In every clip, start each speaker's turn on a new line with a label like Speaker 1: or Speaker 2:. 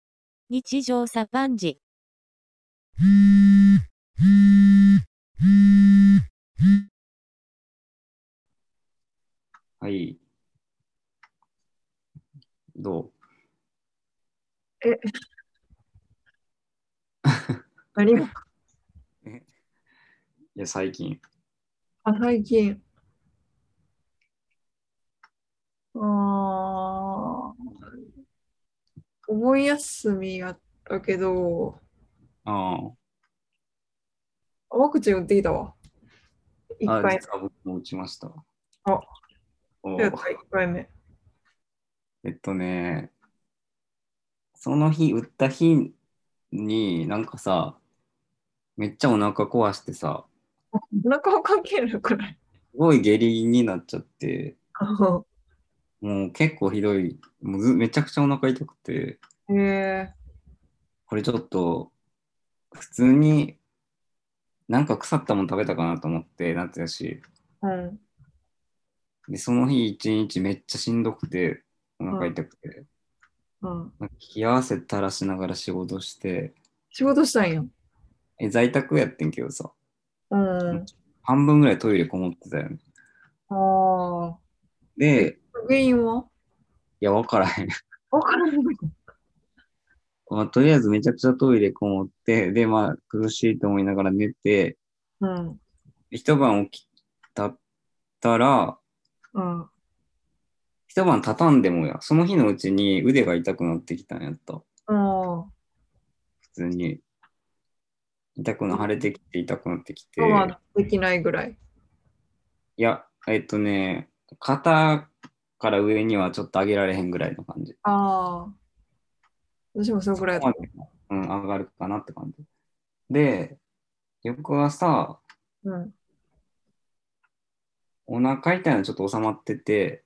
Speaker 1: 日常茶飯事。
Speaker 2: はい。ど
Speaker 3: 何が
Speaker 2: ういや、最近。
Speaker 3: あ最近。あーお盆休みやったけど、
Speaker 2: あ
Speaker 3: あワクチン打ってきたわ。1
Speaker 2: あ。あ、
Speaker 3: 回
Speaker 2: 実は僕も打ちました。
Speaker 3: あ
Speaker 2: お
Speaker 3: 目。やった、1回目。
Speaker 2: えっとね、その日、打った日に、なんかさ、めっちゃお腹壊してさ、
Speaker 3: お腹を関係るくらい。
Speaker 2: すごい下痢になっちゃって、もう結構ひどい、もうずめちゃくちゃお腹痛くて、
Speaker 3: へえ
Speaker 2: これちょっと、普通になんか腐ったもの食べたかなと思って、夏やし。
Speaker 3: うん。
Speaker 2: で、その日一日めっちゃしんどくて、お腹痛くて、
Speaker 3: うん。
Speaker 2: なんか冷や汗垂らしながら仕事して、
Speaker 3: 仕事したんや。
Speaker 2: え在宅やってんけどさ、
Speaker 3: うん。
Speaker 2: 半分ぐらいトイレこもってたよね。
Speaker 3: ああ。
Speaker 2: で、
Speaker 3: 原因はい
Speaker 2: や、わからへん。
Speaker 3: わからない。
Speaker 2: まあ、とりあえずめちゃくちゃトイレこもって、で、まあ、苦しいと思いながら寝て、
Speaker 3: うん。
Speaker 2: 一晩起きたったら、
Speaker 3: うん。
Speaker 2: 一晩畳んでもや、その日のうちに腕が痛くなってきたんやった。
Speaker 3: うん。
Speaker 2: 普通に。痛くな、腫れてきて痛くなってきて。
Speaker 3: 我慢できないぐらい。
Speaker 2: いや、えっとね、肩から上にはちょっと上げられへんぐらいの感じ。
Speaker 3: ああ。私もそのぐらいや
Speaker 2: そ
Speaker 3: っ
Speaker 2: こ
Speaker 3: た
Speaker 2: までうん、上がるかなって感じ。で、翌朝、
Speaker 3: うん。
Speaker 2: お腹痛いのちょっと収まってて、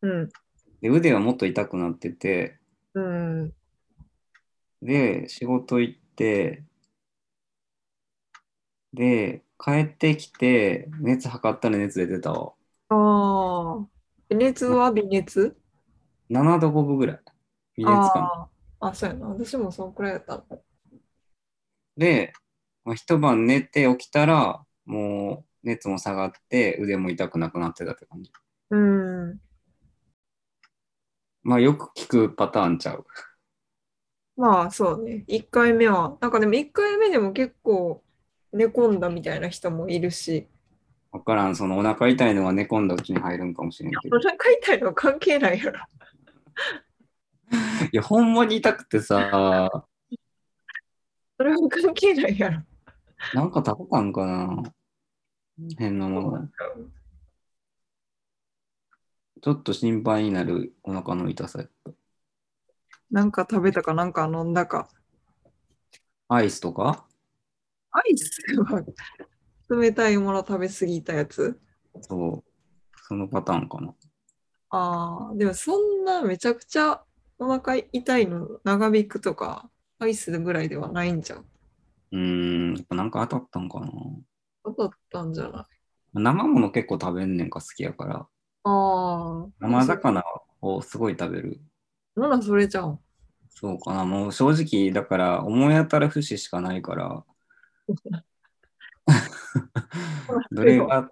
Speaker 3: うん。
Speaker 2: で、腕はもっと痛くなってて、
Speaker 3: うん。
Speaker 2: で、仕事行って、で、帰ってきて、熱測ったら熱出てたわ。
Speaker 3: ああ。熱は微熱
Speaker 2: 7度5分ぐらい。微熱かな。
Speaker 3: ああ。あ、そうやな。私もそのくらいやった。
Speaker 2: で、まあ、一晩寝て起きたら、もう熱も下がって、腕も痛くなくなってたって感じ。
Speaker 3: うん。
Speaker 2: まあ、よく聞くパターンちゃう。
Speaker 3: まあ、そうね。1回目は。なんかでも1回目でも結構寝込んだみたいな人もいるし、
Speaker 2: わからん、そのお腹痛いのが寝込んだうちに入るんかもしれんけ
Speaker 3: お
Speaker 2: ど。
Speaker 3: 腹痛いのは関係ないやろ。
Speaker 2: いや、ほんまに痛くてさ、
Speaker 3: それは関係ないやろ。
Speaker 2: なんか食べたんかな変なもの。ちょっと心配になるお腹の痛さやった。
Speaker 3: なんか食べたかなんか飲んだか。
Speaker 2: アイスとか
Speaker 3: アイスは冷たいもの食べ過ぎたやつ
Speaker 2: そう。そのパターンかな。
Speaker 3: ああ、でもそんなめちゃくちゃお腹痛いの長引くとか、アイスぐらいではないんじゃん。
Speaker 2: うーん、やっぱなんか当たったんかな。
Speaker 3: そうだったんじゃない
Speaker 2: 生もの結構食べんねんか好きやから。
Speaker 3: ああ、
Speaker 2: 生魚をすごい食べる。
Speaker 3: ならそれじゃん。
Speaker 2: そうかな。もう正直、だから思い当たる節しかないから、どれが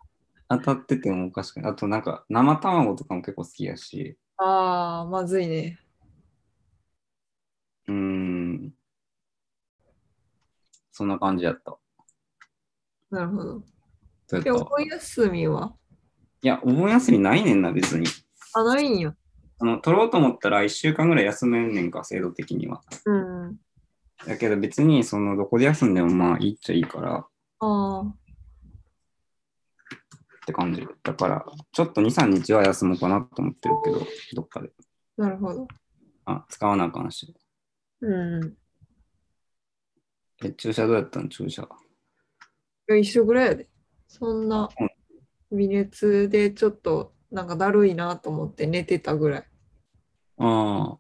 Speaker 2: 当たっててもおかしくない。あとなんか生卵とかも結構好きやし、
Speaker 3: ああ、まずいね。
Speaker 2: うーん。そんな感じやった。
Speaker 3: なるほど。
Speaker 2: どう
Speaker 3: で、
Speaker 2: や
Speaker 3: お
Speaker 2: った
Speaker 3: 盆休みは
Speaker 2: いや、お盆休みないねんな、別に。
Speaker 3: あ、ないんや。
Speaker 2: あの取ろうと思ったら1週間ぐらい休めんねんか、制度的には。
Speaker 3: うん。
Speaker 2: だけど別に、その、どこで休んでもまあいいっちゃいいから
Speaker 3: ああ、
Speaker 2: って感じ。だから、ちょっと2、3日は休もうかなと思ってるけど、どっかで。
Speaker 3: なるほど。
Speaker 2: あ、使わなあかんし。
Speaker 3: うん。
Speaker 2: え、注射どうやったん注射。
Speaker 3: いや一緒ぐらいやで。そんな
Speaker 2: うん
Speaker 3: 微熱でちょっとなんかだるいなと思って寝てたぐらい。
Speaker 2: ああ。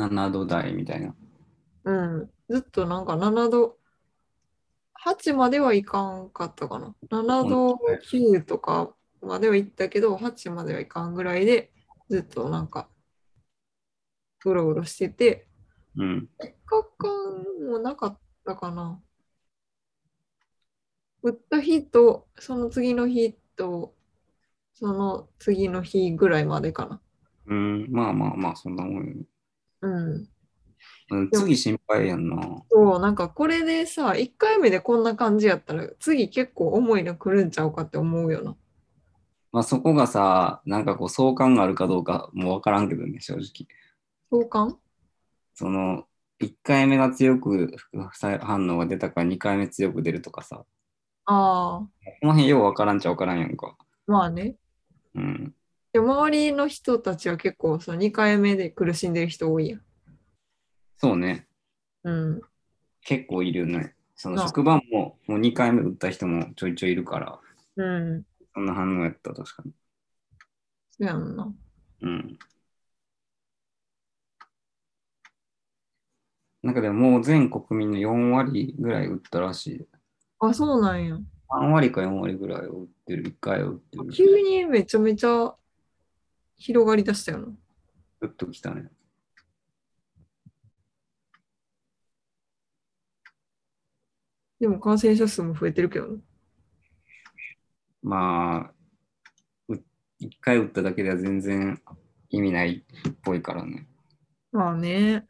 Speaker 2: 7度台みたいな。
Speaker 3: うん、ずっとなんか7度、8まではいかんかったかな。7度9とかまでは行ったけど、8まではいかんぐらいで、ずっとなんか、うろうろしてて、
Speaker 2: うん。
Speaker 3: 3日間もなかったかな。売った日と、その次の日と、その次の日ぐらいまでかな。
Speaker 2: うん。まあまあまあ、そんなもんよね。
Speaker 3: うん。
Speaker 2: うん、
Speaker 3: でも
Speaker 2: 次心配やんな。
Speaker 3: そう、なんかこれでさ、1回目でこんな感じやったら、次結構重いの来るんちゃうかって思うよな。
Speaker 2: まあそこがさ、なんかこう相関があるかどうかもわからんけどね、正直。
Speaker 3: 相関
Speaker 2: その、1回目が強く副反応が出たから2回目強く出るとかさ、
Speaker 3: ああ、
Speaker 2: この辺ようわからんちゃわからんやんか。
Speaker 3: まあね。
Speaker 2: うん。
Speaker 3: で周りの人たちは結構その2回目で苦しんでる人多いやん。
Speaker 2: そうね。
Speaker 3: うん。
Speaker 2: 結構いるよね。その
Speaker 3: なあ
Speaker 2: 職場ももう2回目打った人もちょいちょいいるから、
Speaker 3: うん。
Speaker 2: そんな反応やった、確かに。
Speaker 3: そうやんな。
Speaker 2: うん。なんかでももう全国民の4割ぐらい打ったらしい。
Speaker 3: あ、そうなんや。
Speaker 2: 3割か4割ぐらいを打ってる、1回を打ってる。
Speaker 3: 急にめちゃめちゃ広がりだしたよな。
Speaker 2: グッときたね。
Speaker 3: でも感染者数も増えてるけどな。
Speaker 2: まあ、う1回打っただけでは全然意味ないっぽいからね。
Speaker 3: まあね。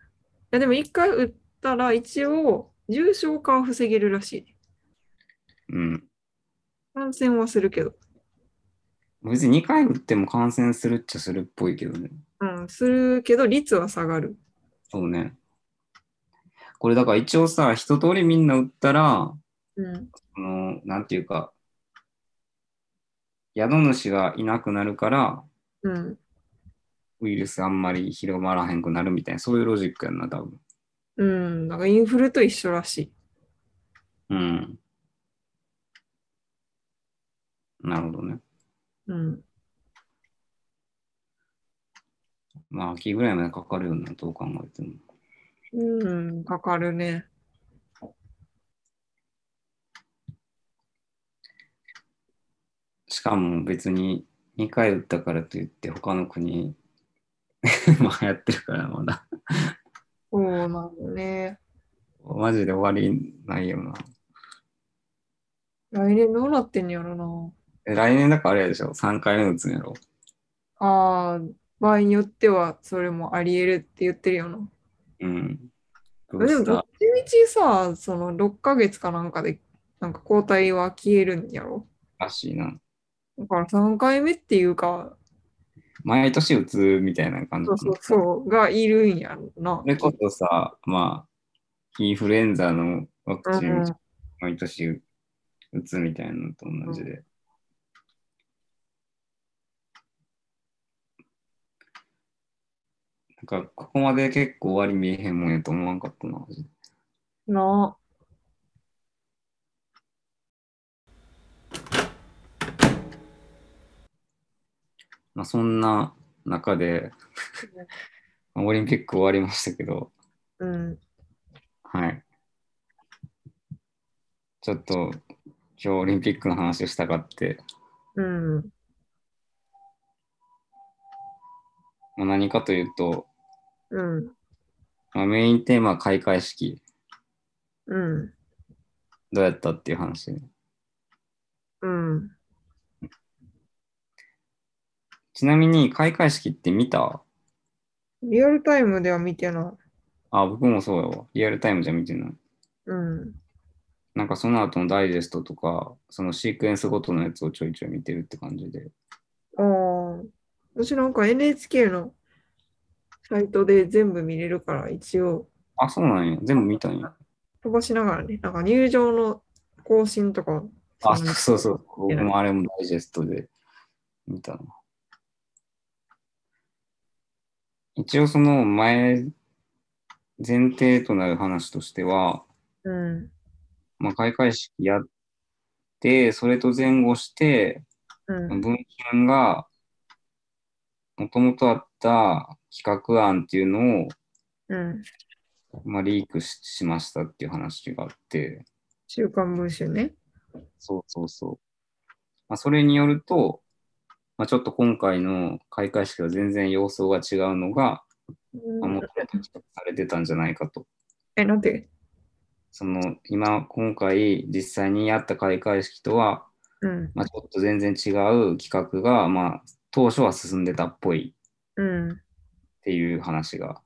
Speaker 3: いやでも一回打ったら一応重症化は防げるらしい。
Speaker 2: うん。
Speaker 3: 感染はするけど。
Speaker 2: 別に2回打っても感染するっちゃするっぽいけどね。
Speaker 3: うん、するけど率は下がる。
Speaker 2: そうね。これだから一応さ、一通りみんな打ったら、
Speaker 3: うん。
Speaker 2: その、なんていうか、宿主がいなくなるから、
Speaker 3: うん。
Speaker 2: ウイルスあんまり広まらへんくなるみたいな、そういうロジックやんな、多分。
Speaker 3: うん。なんかインフルと一緒らしい。
Speaker 2: うん。なるほどね。
Speaker 3: うん。
Speaker 2: まあ、秋ぐらいまでかかるよな、どう考えても。
Speaker 3: うん、かかるね。
Speaker 2: しかも別に2回打ったからといって、他の国、 まあ流行ってるから、まだ。
Speaker 3: そうなんだね。
Speaker 2: マジで終わりないよな。
Speaker 3: 来年どうなってんやろな。
Speaker 2: え来年だからあれやでしょ ?3 回目打つんやろ
Speaker 3: ああ、場合によってはそれもあり得るって言ってるよな。
Speaker 2: うん。ブー
Speaker 3: で
Speaker 2: ス
Speaker 3: も
Speaker 2: タ
Speaker 3: どっ
Speaker 2: ー
Speaker 3: ちみちさ、その6ヶ月かなんかで、なんか抗体は消えるんやろ。
Speaker 2: らしいな。
Speaker 3: だから3回目っていうか、
Speaker 2: 毎年打つみたいな感じ
Speaker 3: そうそうそう、がいるんやろな
Speaker 2: そ。れこそさ、まあ、インフルエンザのワクチン
Speaker 3: うん
Speaker 2: 毎年打つみたいなのと同じで。なんか、ここまで結構終わり見えへんもんやと思わんかったな。マジで
Speaker 3: な
Speaker 2: まあ、そんな中で、オリンピック終わりましたけど、
Speaker 3: うん。
Speaker 2: はい。ちょっと、今日オリンピックの話をしたかって、
Speaker 3: うん。
Speaker 2: まあ、何かというと、
Speaker 3: うん。
Speaker 2: まあ、メインテーマは開会式、
Speaker 3: うん。
Speaker 2: どうやったっていう話ね。
Speaker 3: うん。
Speaker 2: ちなみに、開会式って見た
Speaker 3: リアルタイムでは見てない。
Speaker 2: あ、僕もそうやわ。リアルタイムじゃ見てない。
Speaker 3: うん。
Speaker 2: なんかその後のダイジェストとか、そのシークエンスごとのやつをちょいちょい見てるって感じで。
Speaker 3: ああ。私なんか NHK のサイトで全部見れるから、一応
Speaker 2: あ、そうなんや。全部見たんや。
Speaker 3: 飛ばしながらね、なんか入場の更新とか。
Speaker 2: あ、
Speaker 3: その
Speaker 2: そうそう。僕もあれもダイジェストで見たな。一応その前、前提となる話としては、
Speaker 3: うん。
Speaker 2: まあ、開会式やって、それと前後して、
Speaker 3: うん。
Speaker 2: 文春が、もともとあった企画案っていうの
Speaker 3: うん。
Speaker 2: を、まあ、リークししましたっていう話があって、
Speaker 3: 週刊文春ね。
Speaker 2: そうそうそう。まあ、それによると、まあ、ちょっと今回の開会式は全然様相が違うのが、守ってされてたんじゃないかと。
Speaker 3: え、なんで
Speaker 2: その今、今回実際にやった開会式とは、
Speaker 3: うん。
Speaker 2: まあ、ちょっと全然違う企画が、まあ、当初は進んでたっぽい
Speaker 3: うん。
Speaker 2: っていう話が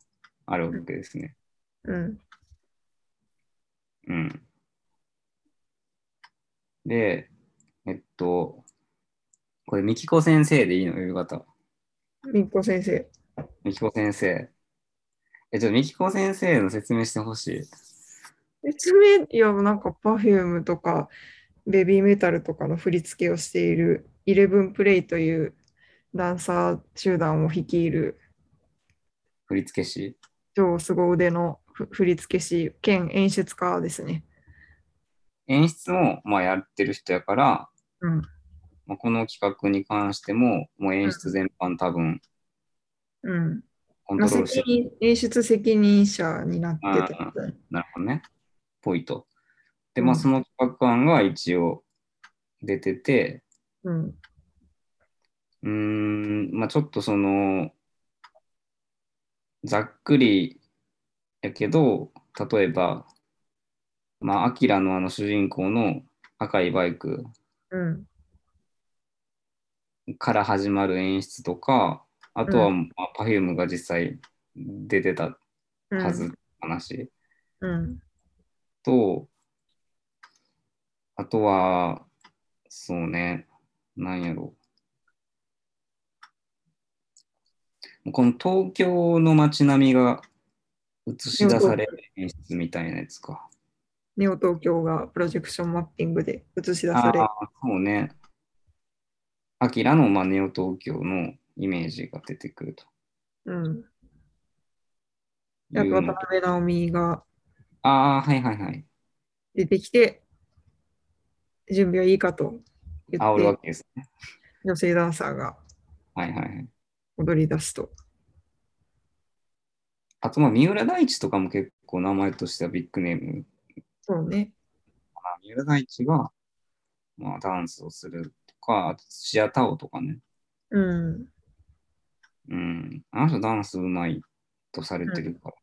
Speaker 2: あるわけですね。
Speaker 3: うん。
Speaker 2: うん。で、えっと、これ、みきこ先生でいいの言う方。
Speaker 3: みっこ先生。
Speaker 2: みきこ先生。え、ちょっとみきこ先生の説明してほしい。
Speaker 3: 説明、いや、なんか Perfume とかベビーメタルとかの振り付けをしているイレブンプレイというダンサー集団を率いる
Speaker 2: 振付師。
Speaker 3: 超すご腕のふ振付師兼演出家ですね。
Speaker 2: 演出も、まあ、やってる人やから、
Speaker 3: うん
Speaker 2: まあ、この企画に関しても、もう演出全般多分、
Speaker 3: うん。
Speaker 2: コン
Speaker 3: まあ、
Speaker 2: トロールし
Speaker 3: 責
Speaker 2: て
Speaker 3: 任演出責任者になってた。
Speaker 2: なるほどね。ぽいと。で、
Speaker 3: うん
Speaker 2: まあ、その企画案が一応出てて、
Speaker 3: うん。
Speaker 2: うーん、まあ、ちょっとその、ざっくりやけど、例えば、まあ、アキラのあの主人公の赤いバイク
Speaker 3: うん。
Speaker 2: から始まる演出とか、あとは、まあ、Perfume が実際出てた
Speaker 3: うん。
Speaker 2: はず、話。
Speaker 3: うん。
Speaker 2: と、あとは、そうね、なんやろう。この東京の街並みが映し出される演出みたいなやつか。
Speaker 3: ネオ東京がプロジェクションマッピングで映し出
Speaker 2: あ
Speaker 3: さ
Speaker 2: あ
Speaker 3: れ、
Speaker 2: ー、そうね。アキラのまあネオ東京のイメージが出てくると
Speaker 3: うん。
Speaker 2: い
Speaker 3: やっ
Speaker 2: う
Speaker 3: ぱ
Speaker 2: の
Speaker 3: 渡辺直美が
Speaker 2: ああ、はいはいはい。
Speaker 3: 出てきて、準備はいいかと言
Speaker 2: 煽る
Speaker 3: っ
Speaker 2: わ
Speaker 3: て、
Speaker 2: けですね。
Speaker 3: 女性ダンサーが
Speaker 2: はいはいはい。
Speaker 3: 踊り出すと。
Speaker 2: あとまあ三浦大知とかも結構名前としてはビッグネーム
Speaker 3: そうね。
Speaker 2: 三浦大知が、まあ、ダンスをするとか、あと土屋太鳳とかね、
Speaker 3: うん。
Speaker 2: うん、あの人ダンスうまいとされてるから。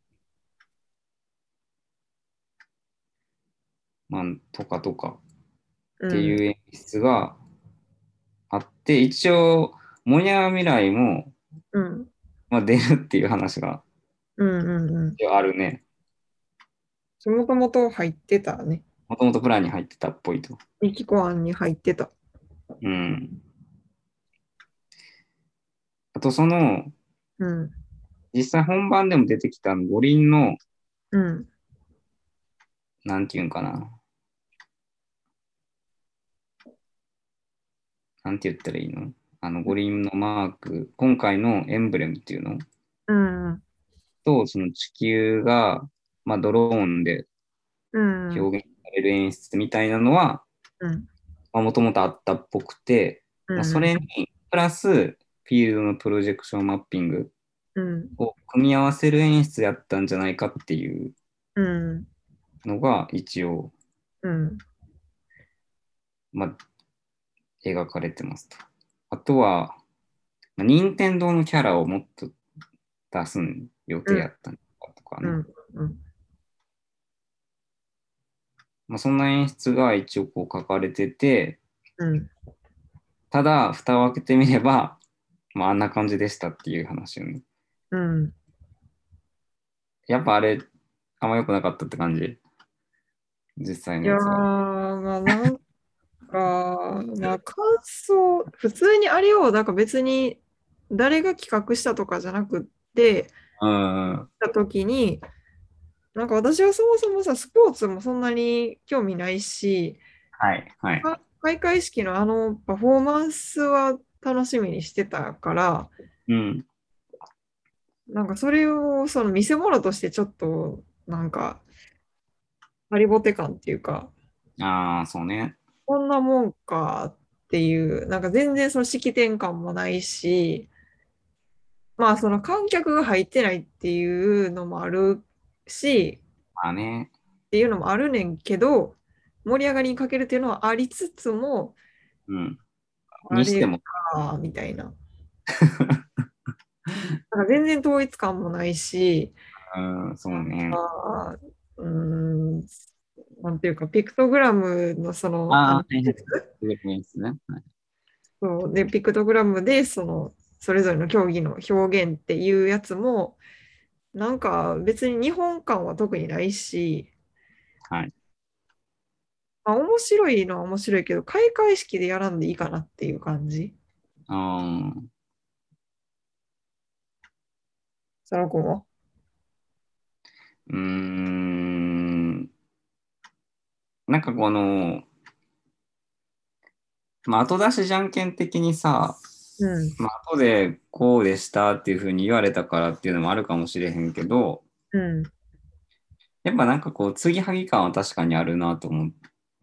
Speaker 2: まあ、とかとか
Speaker 3: うん
Speaker 2: っていう演出があって、一応、モニャ未来も、
Speaker 3: うん。
Speaker 2: まあ、出るっていう話が
Speaker 3: うんうんうん。
Speaker 2: 一応あるね。
Speaker 3: そもともと入ってたね。
Speaker 2: もともとプランに入ってたっぽいと。
Speaker 3: ミキコアンに入ってた。
Speaker 2: うん。あと、その、
Speaker 3: うん。
Speaker 2: 実際本番でも出てきた五輪の、
Speaker 3: うん。
Speaker 2: なんていうんかな。なんて言ったらいいのあの五輪のマーク、今回のエンブレムっていうの
Speaker 3: うん。
Speaker 2: と、その地球が、まあ、ドローンで
Speaker 3: うん。
Speaker 2: 表現される演出みたいなのは、
Speaker 3: うん。
Speaker 2: もともとあったっぽくて、まあ、それにプラスフィールドのプロジェクションマッピング
Speaker 3: うん。
Speaker 2: を組み合わせる演出やったんじゃないかっていう
Speaker 3: うん。
Speaker 2: のが一応、
Speaker 3: うん。
Speaker 2: まあ、描かれてますと。あとは、まあ、任天堂のキャラをもっと出す予定やったのかとか
Speaker 3: う
Speaker 2: ね。
Speaker 3: ん。うん。
Speaker 2: まあ、そんな演出が一応こう書かれてて、
Speaker 3: うん。
Speaker 2: ただ、蓋を開けてみれば、まあ、あんな感じでしたっていう話よね。
Speaker 3: うん。
Speaker 2: やっぱあれ、あんま良くなかったって感じ。実際
Speaker 3: い
Speaker 2: の
Speaker 3: や
Speaker 2: や
Speaker 3: ー、
Speaker 2: つは。
Speaker 3: まあなんか、 まあ感想、普通にあれを、なんか別に誰が企画したとかじゃなくって、
Speaker 2: うんうん。
Speaker 3: た時に、なんか私はそもそもさ、スポーツもそんなに興味ないし、
Speaker 2: はい。はい。
Speaker 3: か開会式のあのパフォーマンスは楽しみにしてたから、
Speaker 2: うん。
Speaker 3: なんかそれをその見せ物としてちょっと、なんか、ハリボテ感っていうか、
Speaker 2: ああ、そうね。
Speaker 3: こんなもんかっていう、なんか全然その式典感もないし、まあその観客が入ってないっていうのもあるし、
Speaker 2: まあね。
Speaker 3: っていうのもあるねんけど、盛り上がりにかけるっていうのはありつつも、
Speaker 2: うん。
Speaker 3: あ
Speaker 2: にして
Speaker 3: れ
Speaker 2: も、
Speaker 3: か、みたいな。なんか全然統一感もないし、
Speaker 2: うん、そうね。
Speaker 3: あーうーん、なんていうか、ピクトグラムのその、
Speaker 2: ああ
Speaker 3: あの
Speaker 2: ですね。はい
Speaker 3: そうで、ピクトグラムで、その、それぞれの競技の表現っていうやつも、なんか別に日本感は特にないし、
Speaker 2: はい
Speaker 3: まあ、面白いのは面白いけど、開会式でやらんでいいかなっていう感じ。
Speaker 2: あー
Speaker 3: その子も。
Speaker 2: うーん。なんかこの、まあ、後出しじゃんけん的にさ、
Speaker 3: うん。
Speaker 2: まあ、後でこうでしたっていうふうに言われたからっていうのもあるかもしれへんけど、
Speaker 3: うん。
Speaker 2: やっぱなんかこう、継ぎはぎ感は確かにあるなと思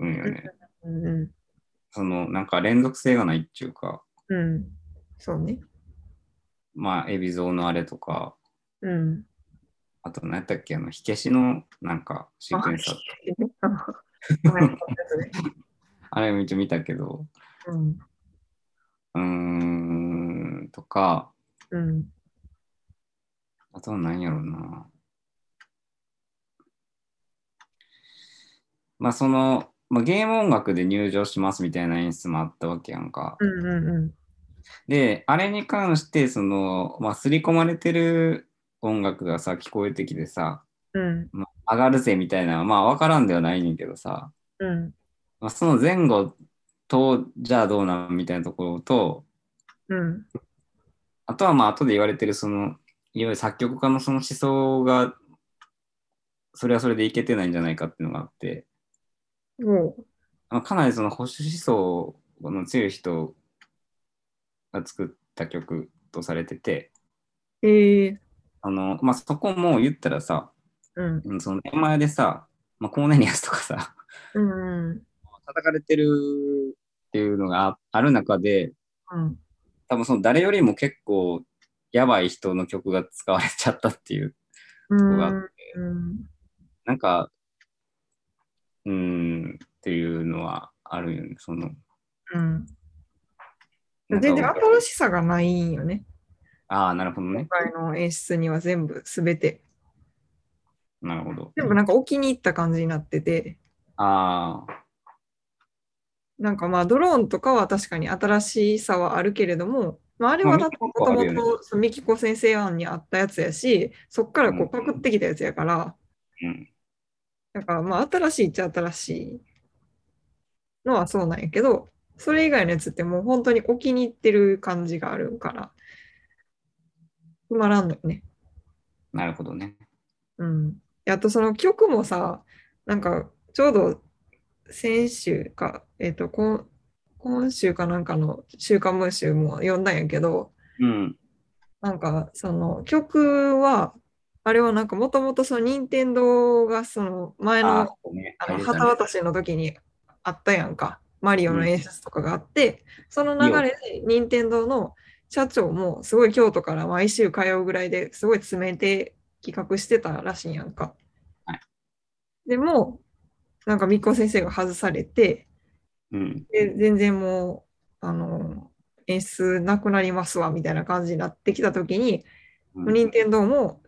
Speaker 2: うんよね。
Speaker 3: うん。うん
Speaker 2: その、なんか連続性がないっていうか、
Speaker 3: うん。そうね。
Speaker 2: まあ、海老蔵のあれとか、
Speaker 3: うん。
Speaker 2: あと何やったっけ、あの、火消しのなんかシークエンサーとか、
Speaker 3: ごめんなさい
Speaker 2: あれめっちゃ見たけど、
Speaker 3: うん。
Speaker 2: うーん、とか、
Speaker 3: うん。
Speaker 2: あとは何やろうな。まあその、まあ、ゲーム音楽で入場しますみたいな演出もあったわけやんか。
Speaker 3: うんうんうん。
Speaker 2: で、あれに関して、その、まあ、刷り込まれてる音楽がさ、聞こえてきてさ、
Speaker 3: うん
Speaker 2: まあ上がるぜみたいなのは、まあ分からんではないねんけどさ、
Speaker 3: うん
Speaker 2: まあ、その前後と、じゃあどうなんみたいなところと、
Speaker 3: うん
Speaker 2: あとはまあ後で言われてるそのいわゆる作曲家のその思想がそれはそれでいけてないんじゃないかっていうのがあって、
Speaker 3: もう
Speaker 2: まあ、かなりその保守思想の強い人が作った曲とされてて
Speaker 3: ええ
Speaker 2: あの、まあ、そこも言ったらさ
Speaker 3: うん
Speaker 2: うんその手前でさ、まあ、コーネリアスとかさ
Speaker 3: うんうん
Speaker 2: 叩かれてるっていうのがあある中で
Speaker 3: うん
Speaker 2: 多分その誰よりも結構やばい人の曲が使われちゃったっていう
Speaker 3: うん
Speaker 2: が
Speaker 3: うん
Speaker 2: なんか、うーん、っていうのはあるよね。その、
Speaker 3: うん
Speaker 2: なんか
Speaker 3: 全然新しさがないんよね。
Speaker 2: ああ、なるほどね
Speaker 3: 今。回の演出には全部すべて。
Speaker 2: なるほど。
Speaker 3: 全部なんかお気に入った感じになってて、
Speaker 2: ああ、
Speaker 3: なんかまあドローンとかは確かに新しさはあるけれども、まあ、あれはだってもともとそのミキコ先生案にあったやつやし、そっからこうパクってきたやつやから、
Speaker 2: うん。
Speaker 3: だからまあ新しいっちゃ新しいのはそうなんやけど、それ以外のやつってもう本当にお気に入ってる感じがあるから、つまらんのよね。
Speaker 2: なるほどね。
Speaker 3: うん。であとその曲もさ、なんかちょうど先週か、えっ、と今、今週かなんかの週刊文集も読んだんやけど、
Speaker 2: うん。
Speaker 3: なんかその曲は、あれはなんかもともとその任天堂がその前
Speaker 2: あ
Speaker 3: の
Speaker 2: あ、そうね。
Speaker 3: あの
Speaker 2: 入れたね
Speaker 3: 旗渡しの時にあったやんか、マリオの演出とかがあって、その流れで任天堂の社長もすごい京都から毎週通うぐらいですごい詰めて企画してたらしいんやんか。
Speaker 2: はい
Speaker 3: でも、なんかみっこ先生が外されて、
Speaker 2: うん。
Speaker 3: で全然もう、あの、演出なくなりますわみたいな感じになってきた時に、任天堂も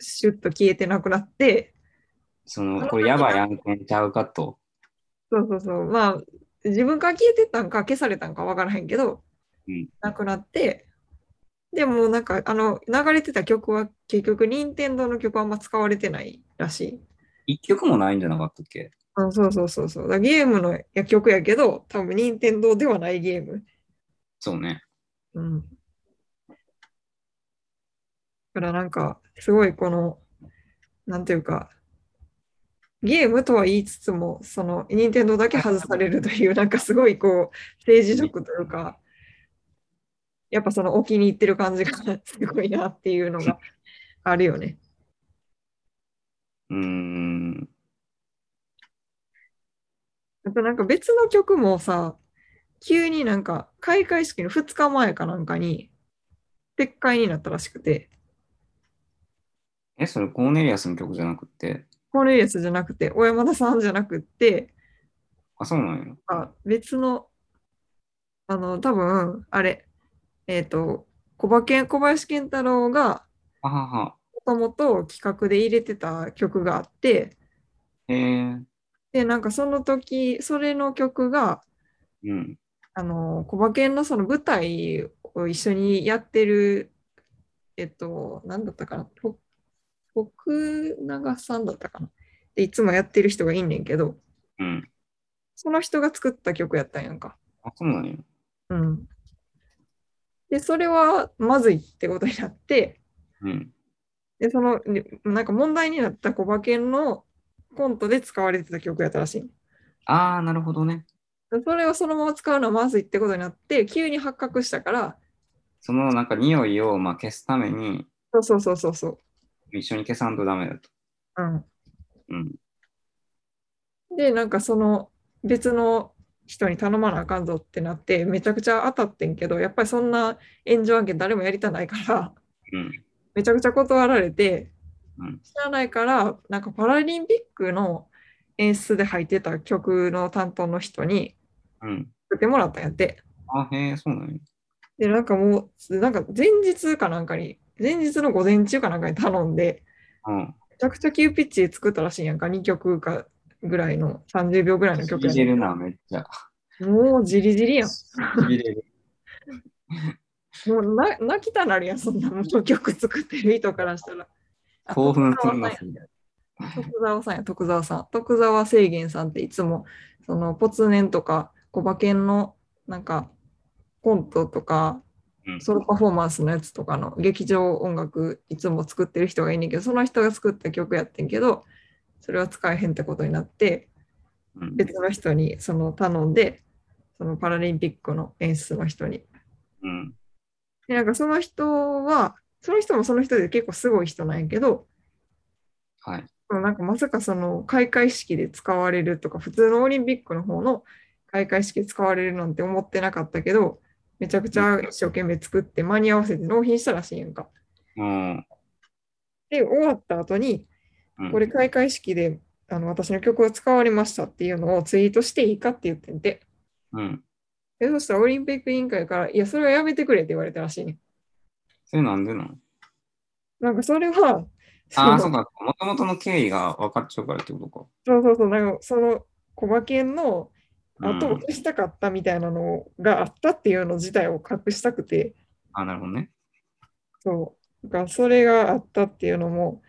Speaker 3: シュッと消えてなくなって、
Speaker 2: その、これやばい案件ちゃうかと。
Speaker 3: そうそうそう。まあ、自分から消えてったんか消されたんかわからへんけど、
Speaker 2: うん
Speaker 3: なくなって、でもうなんか、あの、流れてた曲は結局、任天堂の曲はあんま使われてないらしい。
Speaker 2: 一曲もないんじゃなかったっけ
Speaker 3: うん、そうそうそうそう。だからゲームのや曲やけど、多分任天堂ではないゲーム。
Speaker 2: そうね。
Speaker 3: うん。だからなんか、すごいこの、なんていうか、ゲームとは言いつつも、その、任天堂だけ外されるという、なんかすごいこう、政治色というか、やっぱそのお気に入ってる感じがすごいなっていうのがあるよね。
Speaker 2: うーん。
Speaker 3: あとなんか別の曲もさ、急になんか開会式の2日前かなんかに、撤回になったらしくて、
Speaker 2: え、それコーネリアスの曲じゃなくて、
Speaker 3: このやつじゃなくて、小山田さんじゃなくって、
Speaker 2: あ、そうなんや。
Speaker 3: あ別の、あの、多分あれ、えっ、と、小馬健小林健太郎が
Speaker 2: あはは。
Speaker 3: もともと企画で入れてた曲があって、
Speaker 2: へえ。
Speaker 3: で、なんかその時、それの曲が、
Speaker 2: うん。
Speaker 3: あの、小馬犬のその舞台を一緒にやってる、えっと、なんだったかな、と徳永さんだったかな。で、いつもやってる人がいんねんけど、
Speaker 2: うん。
Speaker 3: その人が作った曲やったんやんか。
Speaker 2: あ、そうなんや。
Speaker 3: うん。で、それはまずいってことになって、
Speaker 2: うん。
Speaker 3: で、その、ねなんか問題になった小馬犬のコントで使われてた曲やったらしい。
Speaker 2: ああ、なるほどね。
Speaker 3: それをそのまま使うのはまずいってことになって、急に発覚したから、
Speaker 2: そのなんか匂いをまあ消すために
Speaker 3: そうそうそうそうそう。
Speaker 2: 一緒に消さんとダメだと。
Speaker 3: うん。
Speaker 2: うん。
Speaker 3: で、なんかその別の人に頼まなあかんぞってなって、めちゃくちゃ当たってんけど、やっぱりそんな炎上案件誰もやりたないから、
Speaker 2: うん。
Speaker 3: めちゃくちゃ断られて、
Speaker 2: うん
Speaker 3: 知らないから、なんかパラリンピックの演出で入ってた曲の担当の人に
Speaker 2: うん。
Speaker 3: 作ってもらったんやって。
Speaker 2: あへえ、そうなんや。
Speaker 3: で、なんかもう、なんか前日かなんかに、前日の午前中かなんかに頼んで、
Speaker 2: うん。
Speaker 3: めちゃくちゃ急ピッチで作ったらしいんやんか、2曲かぐらいの、30秒ぐらいの曲
Speaker 2: 痺
Speaker 3: や
Speaker 2: れ
Speaker 3: ねん
Speaker 2: るな、めっちゃ。
Speaker 3: もうじりじりやん。
Speaker 2: 痺れる。
Speaker 3: もうな泣きたなるやん、そんなもう曲作ってる人からしたら。あ
Speaker 2: 興奮するな、す
Speaker 3: 徳
Speaker 2: ぐ
Speaker 3: 沢さんや、徳沢さん。徳沢清源さんっていつも、その、ポツネンとか、小馬犬の、なんか、コントとか、
Speaker 2: うん。
Speaker 3: ソロパフォーマンスのやつとかの劇場音楽、いつも作ってる人がいんねんけど、その人が作った曲やってんけど、それは使えへんってことになって、
Speaker 2: うん
Speaker 3: 別の人にその頼んで、そのパラリンピックの演出の人に。
Speaker 2: うん。
Speaker 3: で、なんかその人は、その人もその人で結構すごい人なんやけど、
Speaker 2: はい。
Speaker 3: でもなんかまさかその開会式で使われるとか、普通のオリンピックの方の開会式で使われるなんて思ってなかったけど、めちゃくちゃ一生懸命作って間に合わせて納品したらしいやんか。
Speaker 2: うん。
Speaker 3: で、終わった後に、
Speaker 2: うん
Speaker 3: これ開会式であの私の曲を使われましたっていうのをツイートしていいかって言ってんて。
Speaker 2: うん。
Speaker 3: で、そしたらオリンピック委員会から、いや、それはやめてくれって言われたらしいねん。
Speaker 2: それなんでなの
Speaker 3: なんかそれは、
Speaker 2: ああ、
Speaker 3: そ
Speaker 2: そう
Speaker 3: の
Speaker 2: か。もともとの経緯が分かっちゃうからってことか。
Speaker 3: そうそうそう、なんかその小馬犬の
Speaker 2: うん
Speaker 3: 後を消したかったみたいなのがあったっていうの自体を隠したくて、
Speaker 2: あなるほどね。
Speaker 3: そう、だからそれがあったっていうのも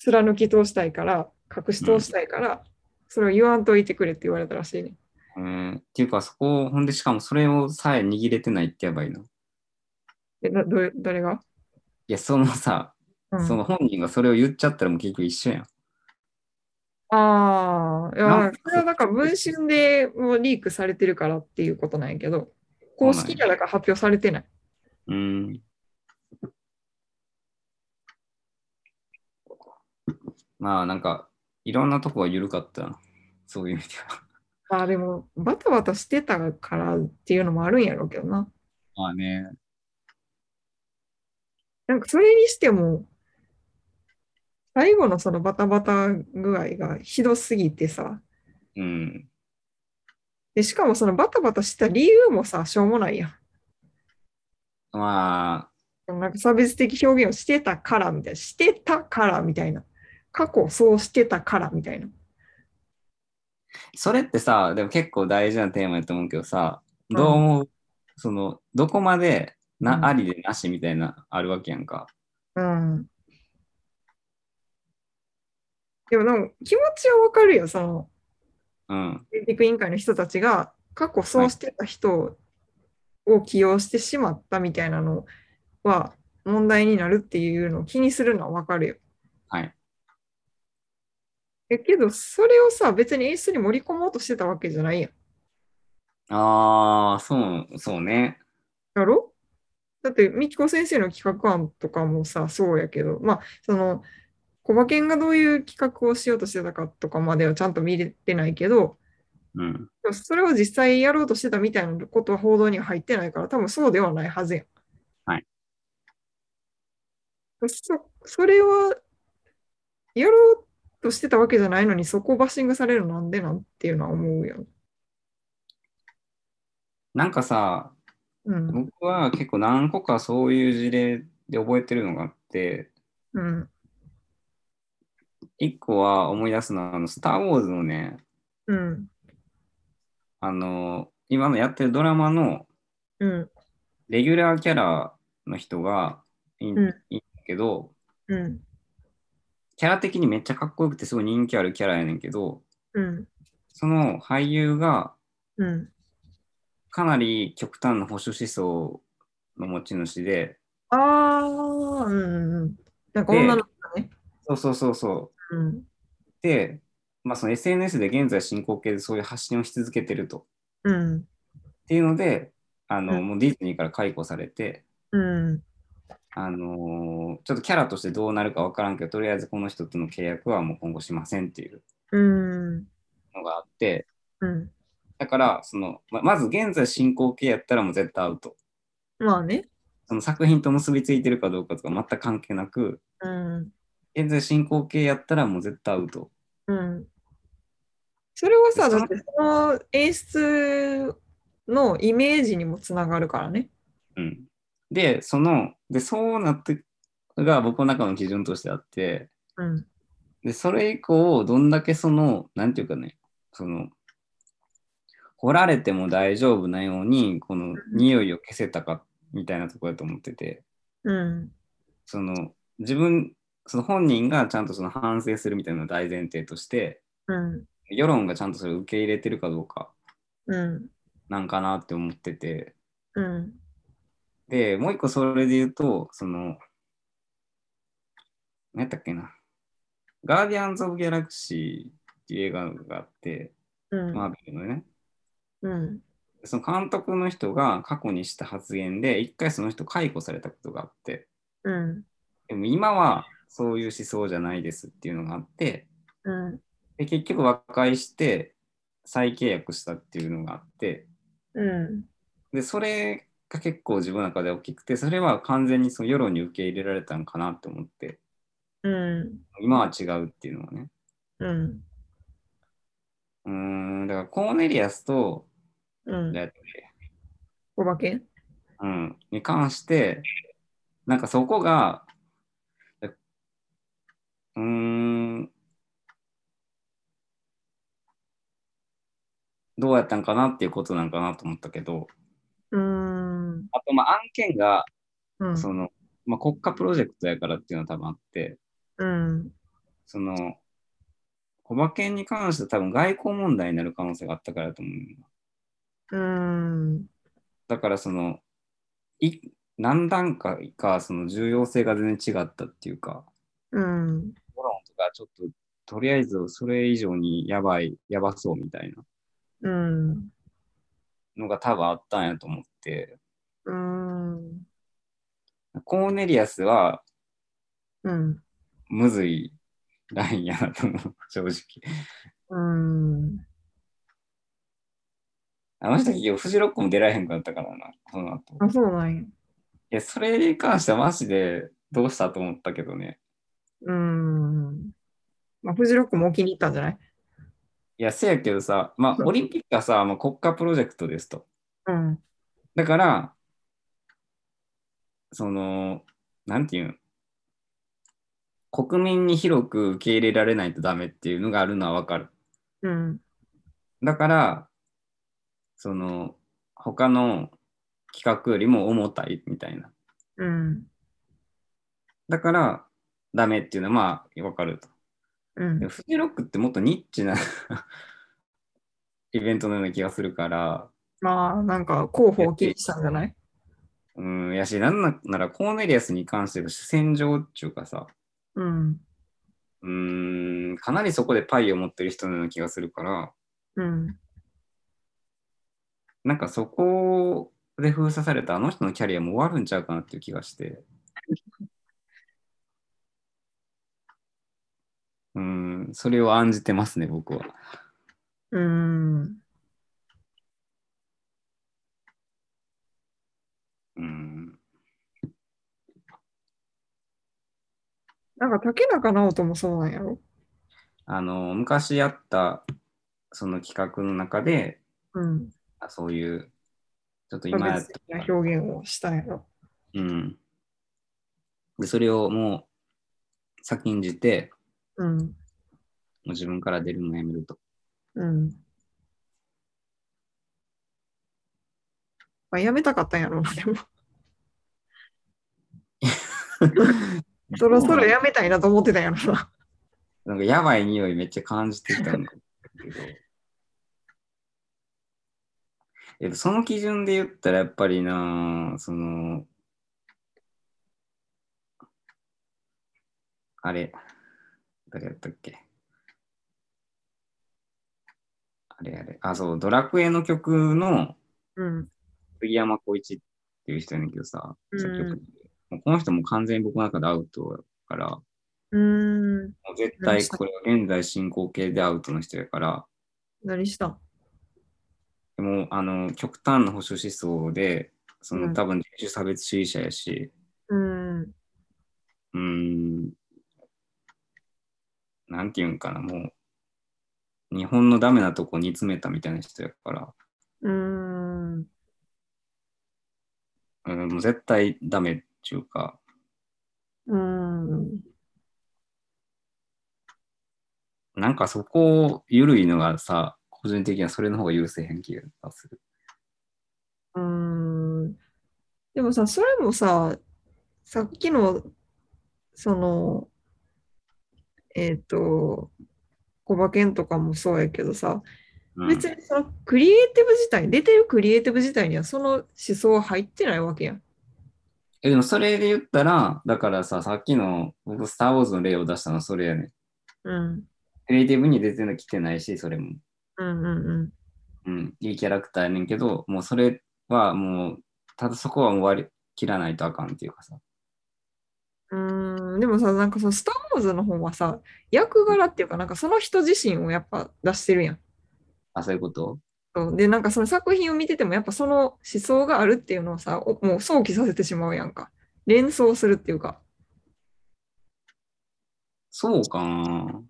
Speaker 3: 貫き通したいから、隠し通したいから、それを言わんといてくれって言われたらしいね。
Speaker 2: えー、っていうか、そこを、ほんで、しかもそれをさえ握れてないってやばいな。い
Speaker 3: え、などれ誰が、
Speaker 2: や、そのさ、
Speaker 3: うん、
Speaker 2: その本人がそれを言っちゃったらもう結局一緒やん。
Speaker 3: ああ、い
Speaker 2: な
Speaker 3: や
Speaker 2: ん、
Speaker 3: それはなんか文春でもうリークされてるからっていうことなんやけど、公式がだから発表されてない。
Speaker 2: うーん。まあ、なんか、いろんなとこが緩かったな。そういう意味では。
Speaker 3: ああ、でも、バタバタしてたからっていうのもあるんやろうけどな。
Speaker 2: まあね。
Speaker 3: なんかそれにしても、最後のそのバタバタ具合がひどすぎてさ、
Speaker 2: うん。
Speaker 3: で、しかもそのバタバタした理由もさ、しょうもないやん。
Speaker 2: まあ、
Speaker 3: なんか差別的表現をしてたからみたいな、してたからみたいな、過去そうしてたからみたいな。
Speaker 2: それってさ、でも結構大事なテーマやと思うけどさ、どう思う、その、どこまでな、
Speaker 3: うん
Speaker 2: ありでなしみたいな、あるわけやんか。
Speaker 3: うん。でもなんか気持ちはわかるよ、その、
Speaker 2: うん。
Speaker 3: オリンピック委員会の人たちが過去そうしてた人を起用してしまったみたいなのは問題になるっていうのを気にするのはわかるよ。
Speaker 2: はい。
Speaker 3: えけど、それをさ、別に演出に盛り込もうとしてたわけじゃないやん。
Speaker 2: ああ、そう、そうね。
Speaker 3: だろだって、みきこ先生の企画案とかもさ、そうやけど、まあ、その、小馬犬がどういう企画をしようとしてたかとかまではちゃんと見れてないけど、
Speaker 2: うん。
Speaker 3: でもそれを実際やろうとしてたみたいなことは報道には入ってないから、多分そうではないはずやん。
Speaker 2: はい。
Speaker 3: そそれは、やろうとしてたわけじゃないのに、そこをバッシングされるのなんでなんていうのは思うよね。
Speaker 2: なんかさ、
Speaker 3: うん。
Speaker 2: 僕は結構何個かそういう事例で覚えてるのがあって、
Speaker 3: うん。
Speaker 2: 一個は思い出すのは、あの、スター・ウォーズのね、
Speaker 3: うん。
Speaker 2: あの、今のやってるドラマの
Speaker 3: うん。
Speaker 2: レギュラーキャラの人がいい,、
Speaker 3: うん
Speaker 2: ん、いいんだけど、
Speaker 3: うん。
Speaker 2: キャラ的にめっちゃかっこよくてすごい人気あるキャラやねんけど、
Speaker 3: うん。
Speaker 2: その俳優が
Speaker 3: うん。
Speaker 2: かなり極端な保守思想の持ち主で、
Speaker 3: ああ、うんうん。なんか女の子がね。
Speaker 2: そうそうそうそう、
Speaker 3: うん。
Speaker 2: で、まあ、その SNS で現在進行形でそういう発信をし続けてると。
Speaker 3: うん。
Speaker 2: っていうので、あの
Speaker 3: うん
Speaker 2: もうディズニーから解雇されて、
Speaker 3: うん。
Speaker 2: あのーちょっとキャラとしてどうなるか分からんけど、とりあえずこの人との契約はもう今後しませんっていう
Speaker 3: うん。
Speaker 2: のがあって、
Speaker 3: うん。
Speaker 2: だからその、ままず現在進行形やったらもう絶対アウト。
Speaker 3: まあね。
Speaker 2: その作品と結びついてるかどうかとか全く関係なく、
Speaker 3: うん。
Speaker 2: 現在進行形やったらもう絶対アウト。
Speaker 3: うん。それはさ、
Speaker 2: そ
Speaker 3: だ
Speaker 2: の
Speaker 3: ってその演出のイメージにもつながるからね。
Speaker 2: うん、で、その、で、そうなってが僕の中の基準としてあって、
Speaker 3: うん。
Speaker 2: で、それ以降、どんだけその、なんていうかね、その、掘られても大丈夫なように、この匂いを消せたか、みたいなところだと思ってて、
Speaker 3: うん。
Speaker 2: その、自分、その本人がちゃんとその反省するみたいなのを大前提として、
Speaker 3: うん。
Speaker 2: 世論がちゃんとそれを受け入れてるかどうか
Speaker 3: うん。
Speaker 2: なんかなって思ってて、
Speaker 3: うん。
Speaker 2: で、もう一個それで言うと、その、何やったっけな、ガーディアンズ・オブ・ギャラクシーっていう映画があって、
Speaker 3: うん。
Speaker 2: マーベルのね、
Speaker 3: うん。
Speaker 2: その監督の人が過去にした発言で、一回その人解雇されたことがあって、
Speaker 3: うん。
Speaker 2: でも今はそういう思想じゃないですっていうのがあって、
Speaker 3: うん。
Speaker 2: で結局和解して再契約したっていうのがあって、
Speaker 3: うん。
Speaker 2: で、それが結構自分の中で大きくて、それは完全にその世論に受け入れられたのかなって思って、
Speaker 3: うん。
Speaker 2: 今は違うっていうのはね。
Speaker 3: うん。
Speaker 2: うーん、だからコーネリアスと、
Speaker 3: うん。
Speaker 2: だっけ
Speaker 3: お化け
Speaker 2: うん、に関して、なんかそこが、えうーん、どうやったんかなっていうことなんかなと思ったけど、
Speaker 3: うーん。
Speaker 2: あと、まあ、案件が、
Speaker 3: うん。
Speaker 2: その、まあ、国家プロジェクトやからっていうのは多分あって、
Speaker 3: うん。
Speaker 2: その、小馬券に関しては多分外交問題になる可能性があったからだと思う。
Speaker 3: うん。
Speaker 2: だからその、い何段階かその重要性が全然違ったっていうか、
Speaker 3: うん。
Speaker 2: コロンとかちょっと、とりあえずそれ以上にやばい、やばそうみたいな
Speaker 3: うん。
Speaker 2: のが多分あったんやと思って、
Speaker 3: うん。
Speaker 2: コーネリアスは
Speaker 3: うん。
Speaker 2: むずいラインやなと思う、正直。
Speaker 3: うん。
Speaker 2: あの人結局フジロックも出られへんかったからな、その後。い
Speaker 3: あ、そうなんや。
Speaker 2: や、それに関してはマジでどうしたと思ったけどね。
Speaker 3: うん。まあ、フジロックもお気に入ったんじゃない
Speaker 2: いや、せやけどさ、まあ、オリンピックはさ、まあ、国家プロジェクトですと。
Speaker 3: うん。
Speaker 2: だから、その、なんていうん、国民に広く受け入れられないとダメっていうのがあるのはわかる。
Speaker 3: うん。
Speaker 2: だから、その、他の企画よりも重たいみたいな。
Speaker 3: うん。
Speaker 2: だから、ダメっていうのはまあ、わかると。
Speaker 3: うん
Speaker 2: でも。フジロックってもっとニッチな イベントのような気がするから、
Speaker 3: まあ、なんか、候補を気にしたんじゃない
Speaker 2: うん、やし、なんなならコーネリアスに関しての主戦場っていうかさ、
Speaker 3: うん。
Speaker 2: うーん、かなりそこでパイを持ってる人のような気がするから、
Speaker 3: うん。
Speaker 2: なんかそこで封鎖されたあの人のキャリアも終わるんちゃうかなっていう気がして。うーん、それを案じてますね、僕は。
Speaker 3: うん。
Speaker 2: うーん。
Speaker 3: なんか、竹中直人もそうなんやろ
Speaker 2: あの、昔やった、その企画の中で、
Speaker 3: うん。
Speaker 2: あそういう、ちちょっと
Speaker 3: 差
Speaker 2: 今やっ
Speaker 3: 別的な表現をしたんやろ。
Speaker 2: うん。で、それをもう先んじて、
Speaker 3: うん。
Speaker 2: もう自分から出るのやめると。
Speaker 3: うん。まあ、やめたかったんやろうな、でも。そろそろやめたいなと思ってたんやろうな。
Speaker 2: なんかやばい匂いめっちゃ感じてたんだけど。 えっとその基準で言ったらやっぱりな、その、あれ、誰やったっけあれあれ、あ、そう、ドラクエの曲の
Speaker 3: うん。
Speaker 2: 杉山浩一っていう人やねんけどさ、
Speaker 3: うん
Speaker 2: 作曲もうこの人も完全に僕の中でアウトだから、
Speaker 3: うーん。
Speaker 2: もう絶対これは現在進行形でアウトの人やから、
Speaker 3: 何したん
Speaker 2: でもあの極端な保守思想で、そ
Speaker 3: うん
Speaker 2: の多分人種差別主義者やし、
Speaker 3: うん。
Speaker 2: うーん、なんていうんかな、もう、日本のダメなとこ煮詰めたみたいな人やから、
Speaker 3: うーん。
Speaker 2: うん、もう絶対ダメっていうか、
Speaker 3: うーん。
Speaker 2: なんかそこを緩いのがさ、個人的にはそれの方が優勢変気がする。
Speaker 3: うーん。でもさ、それもさ、さっきの、その、えっ、と、コバケンとかもそうやけどさ、
Speaker 2: うん、
Speaker 3: 別にそのクリエイティブ自体、出てるクリエイティブ自体にはその思想は入ってないわけやん。
Speaker 2: え、でもそれで言ったら、だからさ、さっきの僕、スター・ウォーズの例を出したのはそれやねん。
Speaker 3: うん。
Speaker 2: クリエイティブに出てきてないし、それも。
Speaker 3: うんうん
Speaker 2: うん、いいキャラクターやねんけど、もうそれはもう、ただそこはもう割り切らないとあかんっていうかさ。
Speaker 3: うん。うーん。でもさ、なんかそのスター・ウォーズの方はさ、役柄っていうか、なんかその人自身をやっぱ出してるやん。
Speaker 2: あ、そういうこと
Speaker 3: そうで、なんかその作品を見てても、やっぱその思想があるっていうのをさ、おもう想起させてしまうやんか。連想するっていうか。
Speaker 2: そうかな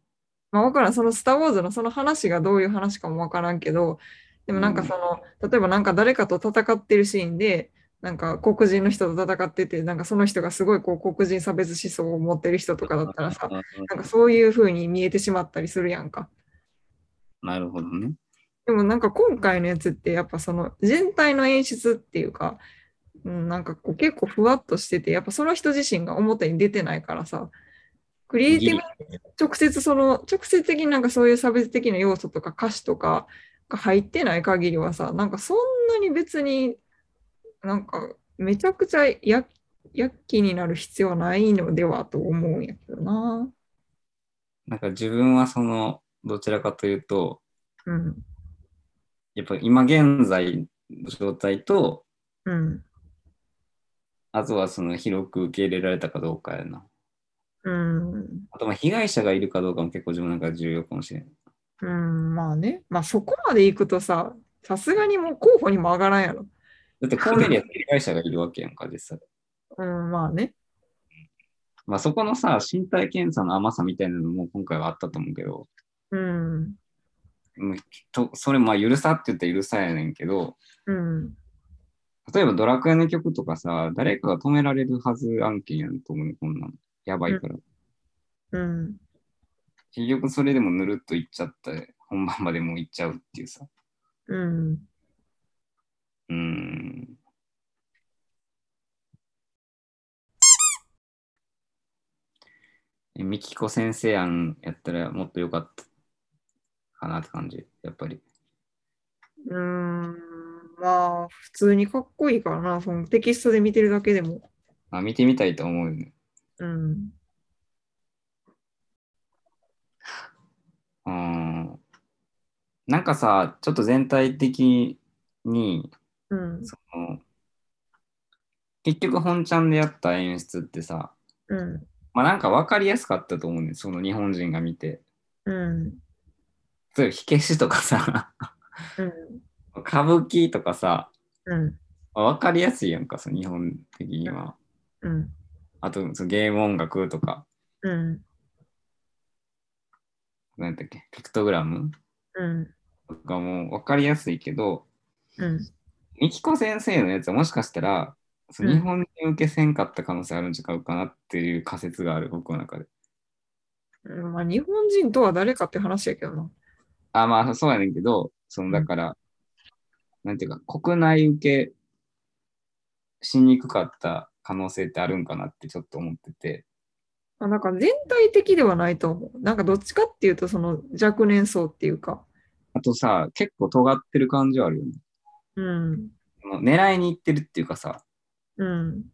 Speaker 3: まあ、わからん、そのスター・ウォーズのその話がどういう話かもわからんけど、でもなんかその、例えばなんか誰かと戦ってるシーンで、なんか黒人の人と戦ってて、なんかその人がすごいこう黒人差別思想を持ってる人とかだった らさ、なんかそういう風に見えてしまったりするやんか。
Speaker 2: なるほどね。
Speaker 3: でもなんか今回のやつってやっぱその全体の演出っていうか、うん、なんかこう結構ふわっとしてて、やっぱその人自身が表に出てないからさ、クリエイティブ直接その直接的になんかそういう差別的な要素とか歌詞とかが入ってない限りはさなんかそんなに別になんかめちゃくちゃややっきになる必要ないのではと思うんやけどな。
Speaker 2: なんか自分はその、どちらかというと、
Speaker 3: うん
Speaker 2: やっぱ今現在の状態と、
Speaker 3: うん
Speaker 2: あとはその広く受け入れられたかどうかやな。
Speaker 3: うん
Speaker 2: あとまあ被害者がいるかどうかも結構自分の中で重要かもしれない。
Speaker 3: うんまあねまあそこまで行くとささすがにもう候補にも上がらんやろ。
Speaker 2: だってコーネリアス被害者がいるわけやんか、実際。
Speaker 3: うんまあね。
Speaker 2: まあそこのさ、身体検査の甘さみたいなのも今回はあったと思うけど、
Speaker 3: うん
Speaker 2: うんとそれまあ許さって言ったら許さやねんけど、
Speaker 3: うん
Speaker 2: 例えばドラクエの曲とかさ、誰かが止められるはず案件やんと思うね、こんなの。やばいから。
Speaker 3: うん
Speaker 2: 結局それでもぬるっといっちゃって、本番までもう行っちゃうっていうさ。
Speaker 3: うん
Speaker 2: うーん。えみきこ先生案やったらもっと良かったかなって感じ、やっぱり。
Speaker 3: うーん、まあ、普通にかっこいいからな、そのテキストで見てるだけでも。
Speaker 2: まあ、見てみたいと思うよね。
Speaker 3: うん。
Speaker 2: うーん。なんかさ、ちょっと全体的に、
Speaker 3: うん。
Speaker 2: その、結局本ちゃんでやった演出ってさ、
Speaker 3: うん。
Speaker 2: まあなんか分かりやすかったと思うね。その日本人が見て。
Speaker 3: うん。
Speaker 2: 例えば火消しとかさ、
Speaker 3: うん。
Speaker 2: 歌舞伎とかさ、
Speaker 3: うん。
Speaker 2: 分かりやすいやんか、その日本的には。
Speaker 3: うん。
Speaker 2: あと、そのゲーム音楽とか、
Speaker 3: うん。
Speaker 2: なんだっけ、ピクトグラム
Speaker 3: うん。
Speaker 2: とかも分かりやすいけど、
Speaker 3: うん。
Speaker 2: ミキコ先生のやつはもしかしたら、そう
Speaker 3: うん
Speaker 2: 日本人受けせんかった可能性あるんちゃうかなっていう仮説がある、僕の中で。
Speaker 3: うんまあ、日本人とは誰かって話やけどな。
Speaker 2: あ、まあ、そうやねんけど、その、だから、なんていうか、国内受けしにくかった可能性ってあるんかなってちょっと思ってて、
Speaker 3: まあ、なんか全体的ではないと思う。なんかどっちかっていうと、その若年層っていうか。
Speaker 2: あとさ、結構尖ってる感じはあるよね。
Speaker 3: うん。
Speaker 2: その狙いに行ってるっていうかさ、
Speaker 3: うん。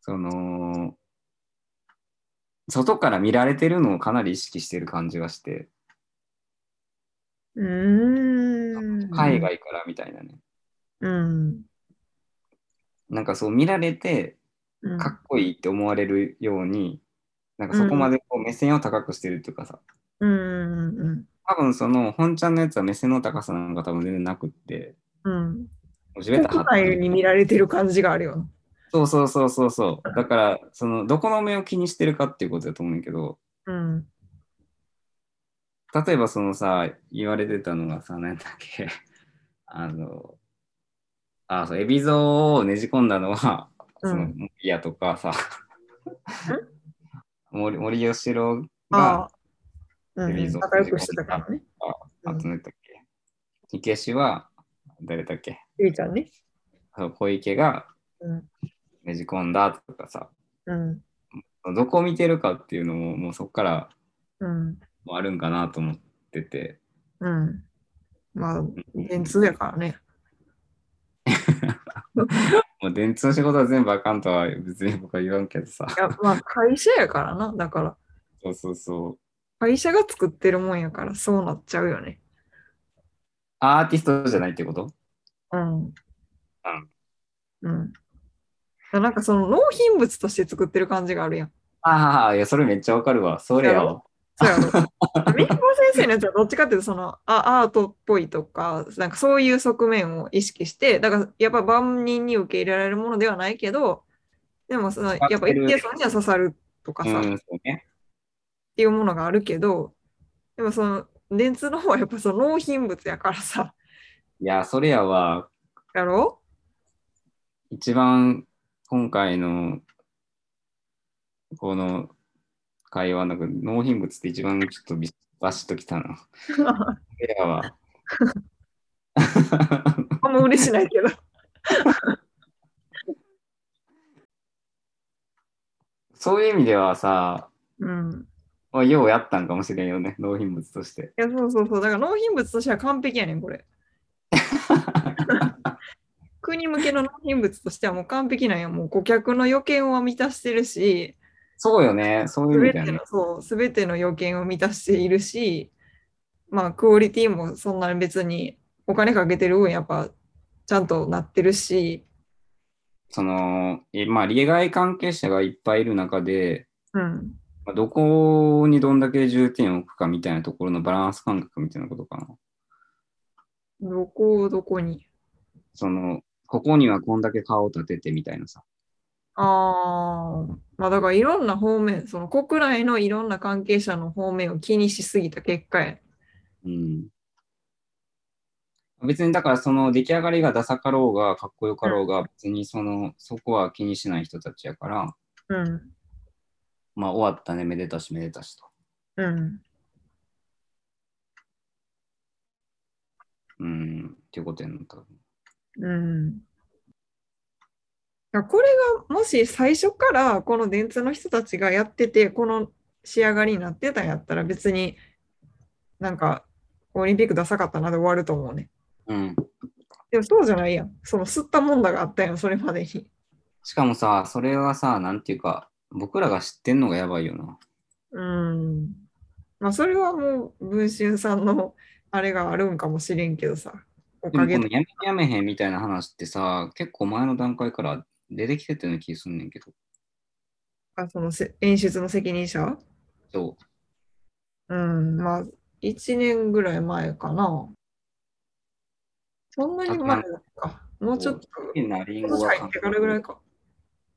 Speaker 2: その、外から見られてるのをかなり意識してる感じがして、
Speaker 3: うーん。
Speaker 2: 海。外からみたいなね。
Speaker 3: うん。
Speaker 2: なんかそう見られて、
Speaker 3: うん
Speaker 2: かっこいいって思われるように、なんかそこまでこう目線を高くしてるっていうかさ、
Speaker 3: うんうん
Speaker 2: 多分その本ちゃんのやつは目線の高さなんか多分全然なくって、
Speaker 3: うん。
Speaker 2: もう地
Speaker 3: うん。
Speaker 2: べた
Speaker 3: 国
Speaker 2: 張って
Speaker 3: 内に見られてる感じがあるよな。
Speaker 2: そうそうそうそうそう。だから、そのどこの目を気にしてるかっていうことだと思うんやけど、
Speaker 3: うん。
Speaker 2: 例えばそのさ、言われてたのがさ、なんだっけ、 あの、あ、そう、エビゾをねじ込んだのは、
Speaker 3: うん
Speaker 2: その、森谷とかさ、 森森喜朗が、
Speaker 3: あ。う
Speaker 2: エビ
Speaker 3: ん。
Speaker 2: ゾ
Speaker 3: 仲良くしてたからね。
Speaker 2: あ
Speaker 3: うん
Speaker 2: となんだっけ、池氏は、誰だっけ、
Speaker 3: ゆいちゃんね。
Speaker 2: そう小池が
Speaker 3: うん。
Speaker 2: ねじ込んだとかさ、
Speaker 3: うん。
Speaker 2: どこを見てるかっていうのも、もうそこから
Speaker 3: うん。
Speaker 2: もあるんかなと思ってて、
Speaker 3: うん。まあ、電通やからね。
Speaker 2: もう電通の仕事は全部あかんとは別に僕は言わんけどさ、
Speaker 3: いや、まあ、会社やからな。だから、
Speaker 2: そうそうそう。
Speaker 3: 会社が作ってるもんやから、そうなっちゃうよね。
Speaker 2: アーティストじゃないってこと
Speaker 3: うん。うん。なんかその納品物として作ってる感じがあるやん。
Speaker 2: ああ、いや、それめっちゃわかるわ。それやわ。
Speaker 3: そうやろ。ミンコ先生のやつはどっちかっていうとそのあアートっぽいとか、なんかそういう側面を意識して、だからやっぱ万人に受け入れられるものではないけど、でもそのやっぱ一定層には刺さるとか
Speaker 2: う
Speaker 3: さ、っ
Speaker 2: ん、そうね。
Speaker 3: ていうものがあるけど、でもその電通の方はやっぱその納品物やからさ、
Speaker 2: いや、それやわ。
Speaker 3: やろ
Speaker 2: 一番今回のこの会話の中で納品物って一番ちょっとビシバシッときたな。それやわ。
Speaker 3: あんま嬉しないけど。
Speaker 2: そういう意味ではさ、
Speaker 3: うん。
Speaker 2: まあ、ようやったんかもしれんよね。納品物として。
Speaker 3: いや、そうそうそう。だから納品物としては完璧やねん、これ。国向けの納品物としてはもう完璧なんや。もう顧客の予見は満たしてるし、
Speaker 2: そうよね。そうい
Speaker 3: す
Speaker 2: う意味
Speaker 3: べ
Speaker 2: だ
Speaker 3: て
Speaker 2: よね
Speaker 3: の、。そう、すべての予見を満たしているし、まあ、クオリティもそんなに別にお金かけてる分、やっぱ、ちゃんとなってるし、
Speaker 2: その、えまあ、利害関係者がいっぱいいる中で、
Speaker 3: うん。
Speaker 2: まあ、どこにどんだけ重点を置くかみたいなところのバランス感覚みたいなことかな。
Speaker 3: どこをどこに。
Speaker 2: その、ここにはこんだけ顔を立ててみたいなさ。
Speaker 3: ああ、まあだからいろんな方面、その国内のいろんな関係者の方面を気にしすぎた結果や。
Speaker 2: うん。別にだからその出来上がりがダサかろうがかっこよかろうが別にそのそこは気にしない人たちやから
Speaker 3: うん。
Speaker 2: まあ終わったねめでたしめでたしと。
Speaker 3: うん。
Speaker 2: うん。っていうことやな多分。
Speaker 3: うん。だからこれがもし最初からこの電通の人たちがやってて、この仕上がりになってたんやったら別になんかオリンピックダサかったなで終わると思うね。
Speaker 2: うん。
Speaker 3: でもそうじゃないやん。その吸ったもんだがあったやん、それまでに。
Speaker 2: しかもさ、それはさ、なんていうか、僕らが知ってんのがやばいよな。
Speaker 3: うん。まあそれはもう文春さんのあれがあるんかもしれんけどさ。お
Speaker 2: でも
Speaker 3: か
Speaker 2: こ
Speaker 3: げ
Speaker 2: の
Speaker 3: で。
Speaker 2: やめやめへんみたいな話ってさ、結構前の段階から出てきてたような気すんねんけど。
Speaker 3: あそのせ演出の責任者
Speaker 2: そう。
Speaker 3: うん、まあ、1年ぐらい前かな。そんなに前だか。もうちょっと、
Speaker 2: なリン
Speaker 3: 今
Speaker 2: ゴ
Speaker 3: 年
Speaker 2: が
Speaker 3: 入ってからぐらいか。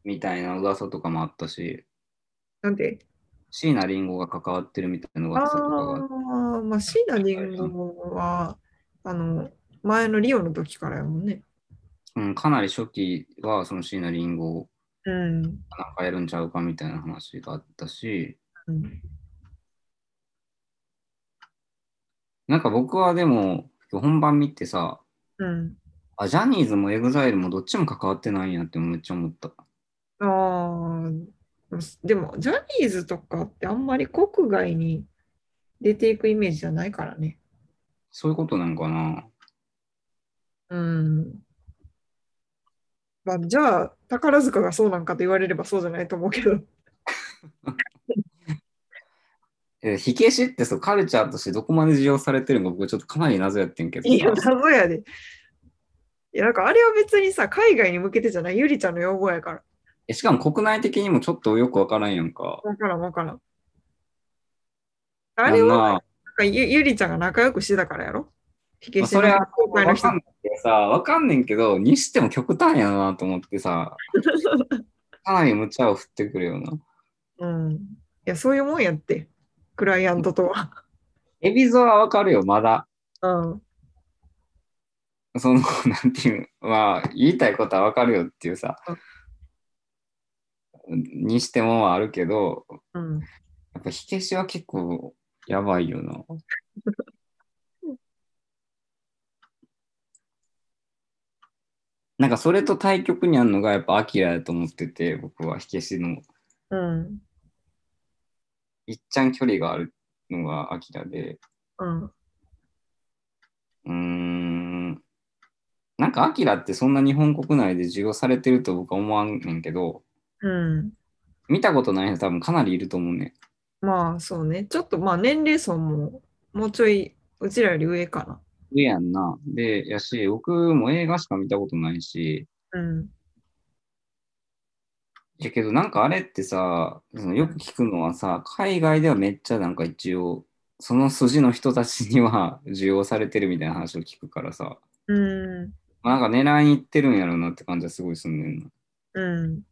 Speaker 2: みたいな噂とかもあったし、
Speaker 3: なんで
Speaker 2: 椎名林檎が関わってるみたいな
Speaker 3: あ
Speaker 2: 噂とかがあって
Speaker 3: あ、まあ、シーナリンゴは、あの、前のリオの時からやもんね。
Speaker 2: うん、かなり初期はその椎名林檎
Speaker 3: うん。
Speaker 2: なんかやるんちゃうかみたいな話があったし、
Speaker 3: うん
Speaker 2: なんか僕はでも本番見てさ、
Speaker 3: うん。
Speaker 2: あ、ジャニーズもエグザイルもどっちも関わってないんやってめっちゃ思った。
Speaker 3: ああ、でも、ジャニーズとかってあんまり国外に出ていくイメージじゃないからね。
Speaker 2: そういうことなんかな。
Speaker 3: うん。まあ、じゃあ、宝塚がそうなんかと言われればそうじゃないと思うけど。
Speaker 2: え、火消しってそうカルチャーとしてどこまで需要されてるのか僕ちょっとかなり謎やってんけど
Speaker 3: いや、
Speaker 2: さ。
Speaker 3: 謎やで。いや、なんかあれは別にさ、海外に向けてじゃない、ゆりちゃんの用語やから。
Speaker 2: えしかも国内的にもちょっとよくわからんやんか。
Speaker 3: わからん、わからん。あれは
Speaker 2: まあ
Speaker 3: なんかゆゆりちゃんが仲良くしてたからやろ火
Speaker 2: ま
Speaker 3: 消
Speaker 2: あ、
Speaker 3: しの
Speaker 2: それは
Speaker 3: 業界の
Speaker 2: わ
Speaker 3: 人
Speaker 2: かんないけどさ、わかんねんけど、にしても極端やなと思ってさ、かなり無茶を振ってくるような。
Speaker 3: うん。いや、そういうもんやって、クライアントとは。
Speaker 2: エビゾはわかるよ、まだ。
Speaker 3: うん。
Speaker 2: その、 なんていう、まあ、言いたいことはわかるよっていうさ、にしてもはあるけど、
Speaker 3: うん、
Speaker 2: やっぱ火消しは結構やばいよな。 なんかそれと対極にあるのがやっぱアキラやと思ってて、僕は火消しの
Speaker 3: うん。
Speaker 2: いっちゃん距離があるのがアキラで、
Speaker 3: うん。
Speaker 2: うーん、なんかアキラってそんな日本国内で需要されてると僕は思わんねんけど、
Speaker 3: うん。
Speaker 2: 見たことない人多分かなりいると思うね。
Speaker 3: まあ、そうね。ちょっと、まあ、年齢層も、もうちょい、うちらより上か
Speaker 2: 上やんな。で、やし、僕も映画しか見たことないし、
Speaker 3: な。うん。
Speaker 2: やけどなんかあれってさ、そのよく聞くのはさ、海外ではめっちゃなんか一応、その筋の人たちには 需要されてるみたいな話を聞くからさ、
Speaker 3: うん。
Speaker 2: なんか狙いに行ってるんやろうなって感じはすごいすんねんな
Speaker 3: うん。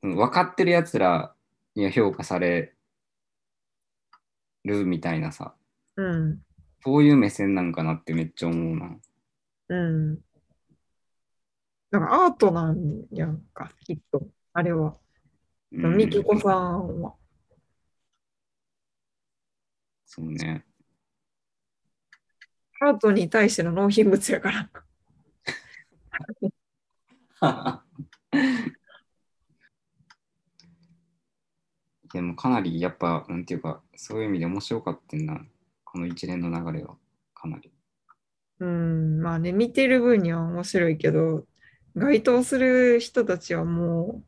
Speaker 2: その。分かってるやつらには評価されるみたいなさ、
Speaker 3: うん。
Speaker 2: そういう目線なんかなってめっちゃ思うな。
Speaker 3: うん。なんかアートなんやんか、きっと。あれは。
Speaker 2: うん
Speaker 3: みきこさんは。
Speaker 2: そうね。
Speaker 3: アートに対しての納品物やから。
Speaker 2: でもかなりやっぱ、なんていうか、そういう意味で面白かったんな、この一連の流れは、かなり。
Speaker 3: うん、まあね、見てる分には面白いけど、該当する人たちはも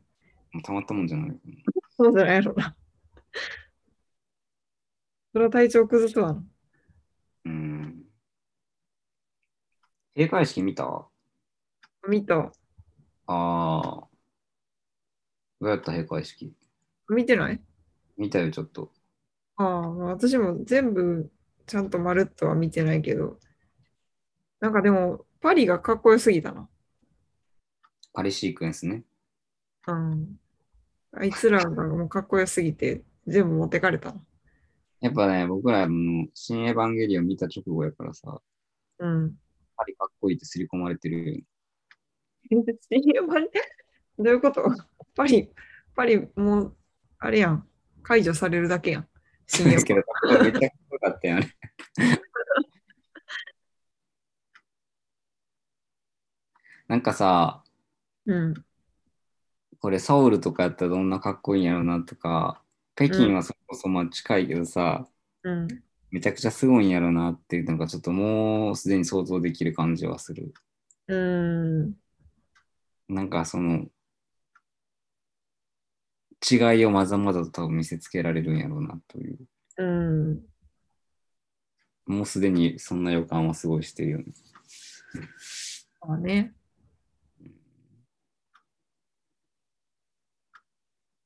Speaker 2: もうたまったもんじゃない。
Speaker 3: う、そうじゃないやろな。それは体調崩すわな。
Speaker 2: うん。閉会式見たあ
Speaker 3: 見た。
Speaker 2: あ。どうやった閉会式
Speaker 3: 見てない
Speaker 2: 見たよ、ちょっと。
Speaker 3: ああ、まあ私も全部ちゃんとまるっとは見てないけど、なんかでも、パリがかっこよすぎたな。
Speaker 2: パリシークエンスね。
Speaker 3: うん。あいつらがもうかっこよすぎて、全部持ってかれたな。
Speaker 2: やっぱね、僕らの新エヴァンゲリオン見た直後やからさ、
Speaker 3: うん。
Speaker 2: パリかっこいいって刷り込まれてるよね
Speaker 3: どういうことパリ、パリ、もう、あれやん。解除されるだけやん。新
Speaker 2: で
Speaker 3: 年
Speaker 2: すけど、めっちゃかっこよかったよね。 なんかさ、
Speaker 3: うん。
Speaker 2: これソウルとかやったらどんなかっこいいんやろうなとか、北京はそこそこまあ近いけどさ、
Speaker 3: うん。
Speaker 2: めちゃくちゃすごいんやろうなっていう、なんかちょっともうすでに想像できる感じはする。
Speaker 3: うん。
Speaker 2: なんかその、違いをまざまざと多分見せつけられるんやろうなという、
Speaker 3: うん。
Speaker 2: もうすでにそんな予感はすごいしてるよね。
Speaker 3: まあね。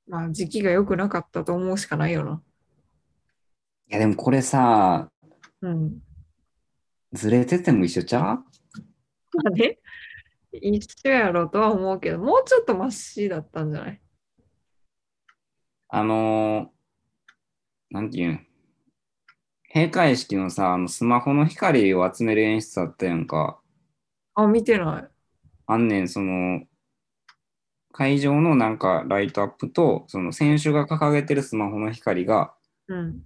Speaker 3: まあ、時期が良くなかったと思うしかないよな。
Speaker 2: いやでもこれさ、
Speaker 3: うん。
Speaker 2: ずれてても一緒ちゃう
Speaker 3: まあね。一緒やろとは思うけど、もうちょっとマシだったんじゃない
Speaker 2: あのー、なんていうん、閉会式のさ、あのスマホの光を集める演出あったやんか。
Speaker 3: あ、見てない。
Speaker 2: あんねん、その、会場のなんかライトアップと、その選手が掲げてるスマホの光が
Speaker 3: うん。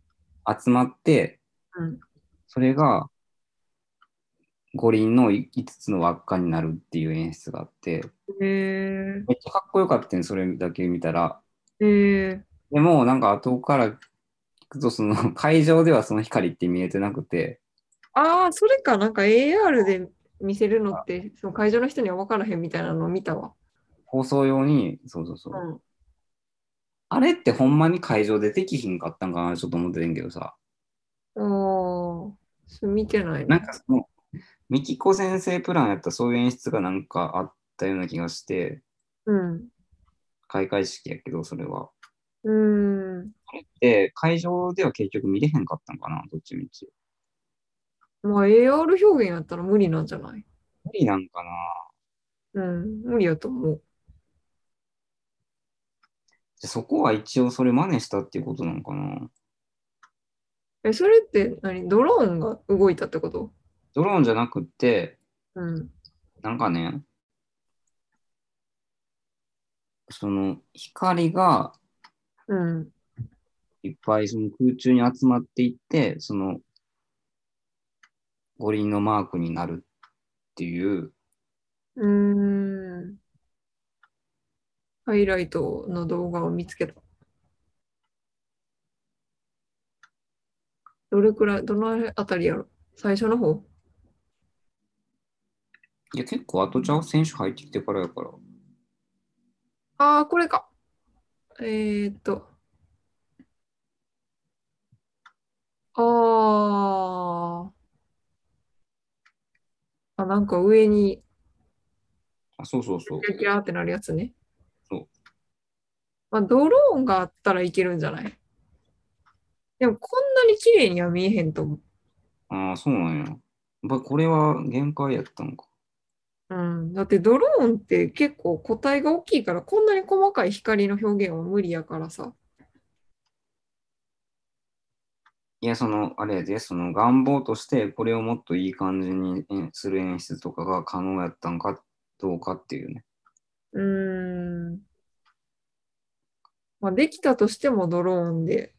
Speaker 2: 集まって、
Speaker 3: うん。
Speaker 2: それが五輪の5つの輪っかになるっていう演出があって、
Speaker 3: え
Speaker 2: めっちゃかっこよかったんそれだけ見たら。
Speaker 3: ー、え
Speaker 2: でも、なんか後から聞くと、その 会場ではその光って見えてなくて、
Speaker 3: ー、ああ、それか、なんか AR で見せるのって、その会場の人には分からへんみたいなのを見たわ。
Speaker 2: 放送用に、そうそうそう。
Speaker 3: うん。
Speaker 2: あれってほんまに会場でできひんかったんかな、ちょっと思っててんけどさ。
Speaker 3: ああ、それ見てない
Speaker 2: なん
Speaker 3: ね。
Speaker 2: かその、ミキコ先生プランやったらそういう演出がなんかあったような気がして、
Speaker 3: うん。
Speaker 2: 開会式やけど、それは。
Speaker 3: うん。
Speaker 2: で、会場では結局見れへんかったんかな、どっちみち。
Speaker 3: まあ AR 表現やったら無理なんじゃない
Speaker 2: 無理なんかな。
Speaker 3: うん、無理やと思う。
Speaker 2: じゃそこは一応それ真似したっていうことなのかな。
Speaker 3: え、それって何ドローンが動いたってこと
Speaker 2: ドローンじゃなくって、
Speaker 3: うん。
Speaker 2: なんかね、その光が
Speaker 3: うん。
Speaker 2: いっぱいその空中に集まっていって、その五輪のマークになるっていう、
Speaker 3: うーん。ハイライトの動画を見つけた。どれくらい、どのあたりやろ最初の方
Speaker 2: いや結構後じゃう選手入ってきてからやから。
Speaker 3: ああ、これか。えーっと。ああ。あ、なんか上に、
Speaker 2: あ、そうそうそう。
Speaker 3: キラキラってなるやつね。
Speaker 2: そう。
Speaker 3: まあ、ドローンがあったらいけるんじゃないでも、こんなに綺麗には見えへんと思う。
Speaker 2: ああ、そうなんや。やっぱこれは限界やったのか。
Speaker 3: うん、だってドローンって結構個体が大きいからこんなに細かい光の表現は無理やからさ。
Speaker 2: いや、その、あれで、その願望として、これをもっといい感じにえする演出とかが可能やったんかどうかっていうね。
Speaker 3: うーん。まあ、できたとしてもドローンで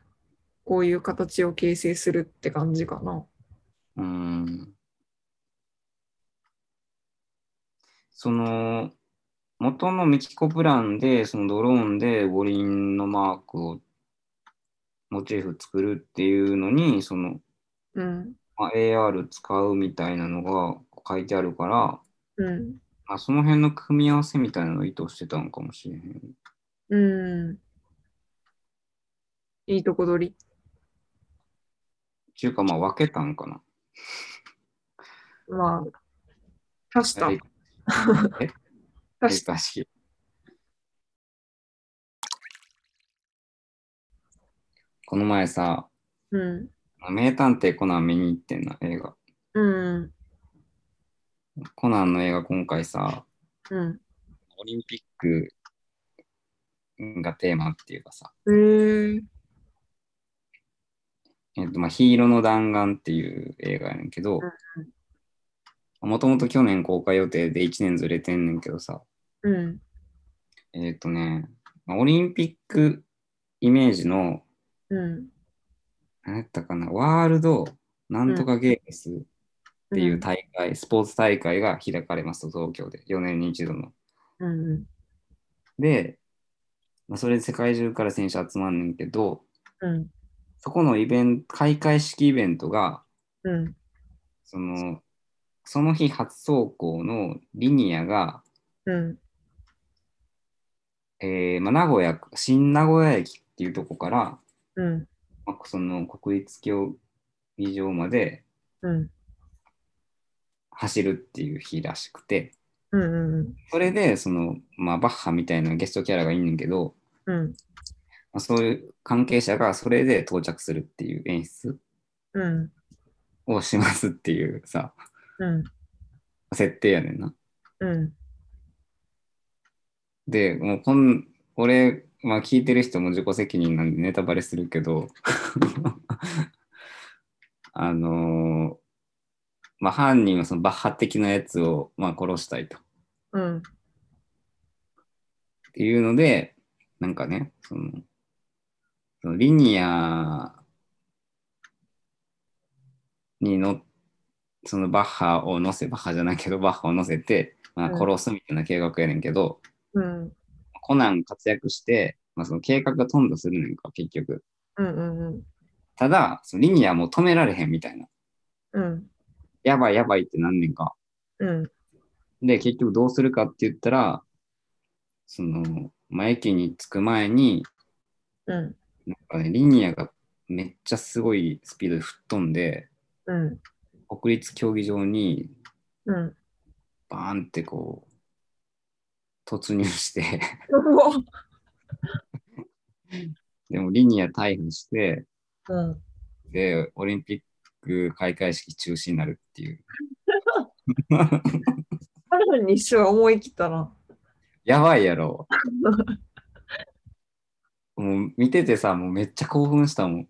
Speaker 3: こういう形を形成するって感じかな。
Speaker 2: うーん。その、元のミキコプランで、そのドローンで五輪のマークをモチーフ作るっていうのに、その、
Speaker 3: うん。
Speaker 2: まあ、AR 使うみたいなのが書いてあるから、
Speaker 3: うん。
Speaker 2: まあ、その辺の組み合わせみたいなのを意図してたのかもしれへん。
Speaker 3: うん。いいとこ取り。
Speaker 2: っていうか、まあ分けたんかな。
Speaker 3: まあ、足した。足し
Speaker 2: 開会式。この前さ、
Speaker 3: うん。
Speaker 2: 名探偵コナン見に行ってんな、映画。
Speaker 3: うん。
Speaker 2: コナンの映画今回さ、
Speaker 3: うん。
Speaker 2: オリンピックがテーマっていうかさ、
Speaker 3: えー、
Speaker 2: えっとまあ、ヒーローの弾丸っていう映画やねんけど、もともと去年公開予定で1年ずれてんねんけどさ、
Speaker 3: うん。
Speaker 2: えっ、とね、まあオリンピックイメージの、
Speaker 3: うん。
Speaker 2: 何やったかな、ワールドなんとかゲームスっていう大会、スポーツ大会が開かれますと、東京で、4年に一度の。
Speaker 3: うん。うん。
Speaker 2: で、まあ、それで世界中から選手集まんねんけど、
Speaker 3: うん。
Speaker 2: そこのイベント、開会式イベントが、
Speaker 3: うん。
Speaker 2: その、その日初走行のリニアが、
Speaker 3: うん。
Speaker 2: えーまあ、名古屋、新名古屋駅っていうとこから、
Speaker 3: うん。
Speaker 2: まあ、その国立競技場まで
Speaker 3: うん。
Speaker 2: 走るっていう日らしくて、
Speaker 3: うん。
Speaker 2: それで、その、まあ、バッハみたいなゲストキャラがいんねんけど、
Speaker 3: うん。
Speaker 2: まあ、そういう関係者がそれで到着するっていう演出
Speaker 3: うん。
Speaker 2: をしますっていうさ、
Speaker 3: うん。
Speaker 2: 設定やねんな。
Speaker 3: うん。
Speaker 2: で、もうこん、俺、まあ聞いてる人も自己責任なんでネタバレするけど、 あのーまあ犯人はそのバッハ的なやつを、まあ、殺したいと。
Speaker 3: うん。
Speaker 2: っていうので、なんかね、その、そのリニアにの、そのバッハを乗せ、バッハじゃないけど、バッハを乗せて、まあ、
Speaker 3: うん
Speaker 2: 殺すみたいな計画やねんけど、
Speaker 3: うん。
Speaker 2: コナン活躍して、まあ、その計画が頓挫するねんか、結局。
Speaker 3: うん。うん。
Speaker 2: ただ、そのリニアも止められへんみたいな。
Speaker 3: うん。
Speaker 2: やばいやばいってなんねんか。
Speaker 3: うん。
Speaker 2: で、結局どうするかって言ったら、その、まあ、駅に着く前に、
Speaker 3: うん。
Speaker 2: なんかね、リニアがめっちゃすごいスピードで吹っ飛んで、
Speaker 3: うん。
Speaker 2: 国立競技場に
Speaker 3: うん。
Speaker 2: バーンってこう、突入して、 でもリニア大破して、
Speaker 3: うん。
Speaker 2: で、オリンピック開会式中止になるっていう。
Speaker 3: カナンにしては思い切ったな。
Speaker 2: やばいやろ。もう見ててさ、もうめっちゃ興奮したもん。
Speaker 3: い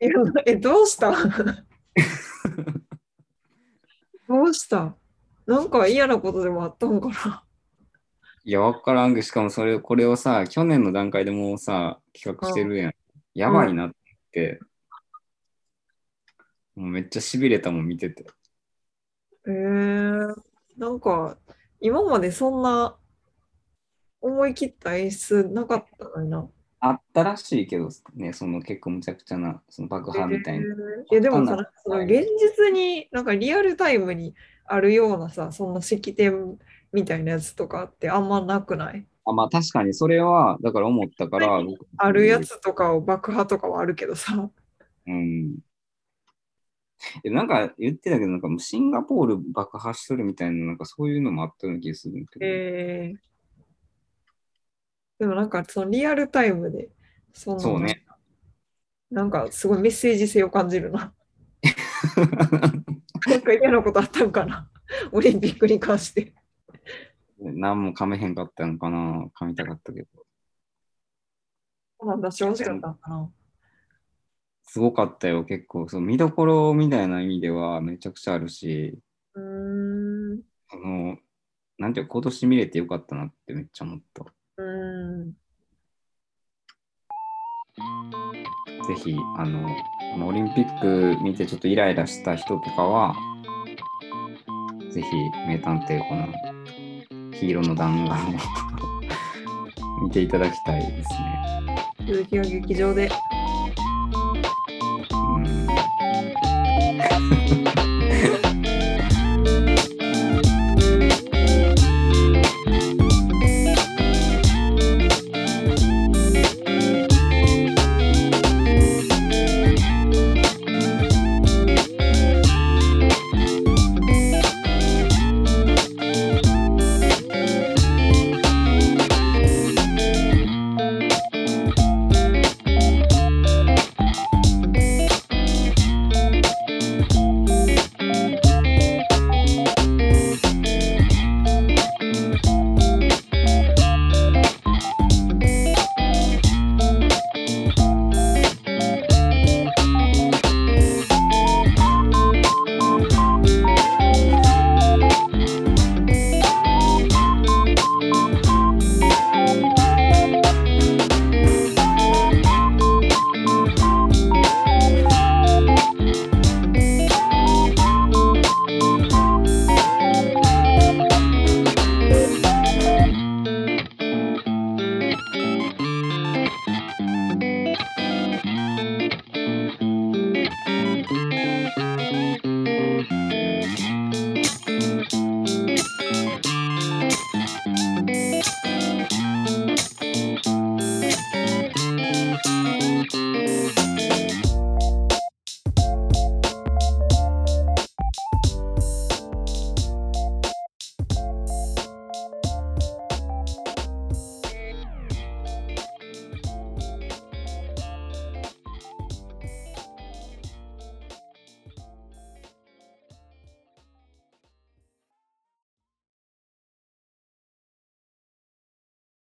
Speaker 3: やえ、どうしたどうしたなんか嫌なことでもあったんかな。
Speaker 2: いや、わからんけど、しかもそれ、これをさ、去年の段階でもうさ、企画してるやん。やばいなって。もうめっちゃ痺れたもん、見てて。
Speaker 3: えー、なんか今までそんな思い切った演出なかったのにな。
Speaker 2: あったらしいけどね、その結構むちゃくちゃな、その爆破みたいな。
Speaker 3: えーいやでも
Speaker 2: そん
Speaker 3: さ
Speaker 2: な、
Speaker 3: その現実に、なんかリアルタイムにあるようなさ、そんな式典みたいなやつとかってあんまなくない
Speaker 2: あまあ確かにそれは、だから思ったから、
Speaker 3: はい
Speaker 2: 僕
Speaker 3: あるや。つとかを爆破とかはあるけどさ。
Speaker 2: うん。えなんか言ってたけど、なんかもうシンガポール爆破しとるみたいな、なんかそういうのもあったような気がするんだけど。
Speaker 3: えーでもなんかそのリアルタイムで、その
Speaker 2: そうね。
Speaker 3: なんかすごいメッセージ性を感じるな。なんか嫌なことあったんかな。 オリンピックに関して。
Speaker 2: 何も噛めへんかったのかな、噛みたかったけど。
Speaker 3: そうなんだ、正直だったんかな。
Speaker 2: すごかったよ、結構。そう見どころみたいな意味ではめちゃくちゃあるし、
Speaker 3: うーん。
Speaker 2: あの、なんていうか今年見れてよかったなってめっちゃ思った。
Speaker 3: うーん。
Speaker 2: ぜひ、あの、まあオリンピック見てちょっとイライラした人とかは、ぜひ、名探偵この黄色の弾 丸を見ていただきたいですね。
Speaker 3: 続きは劇場で。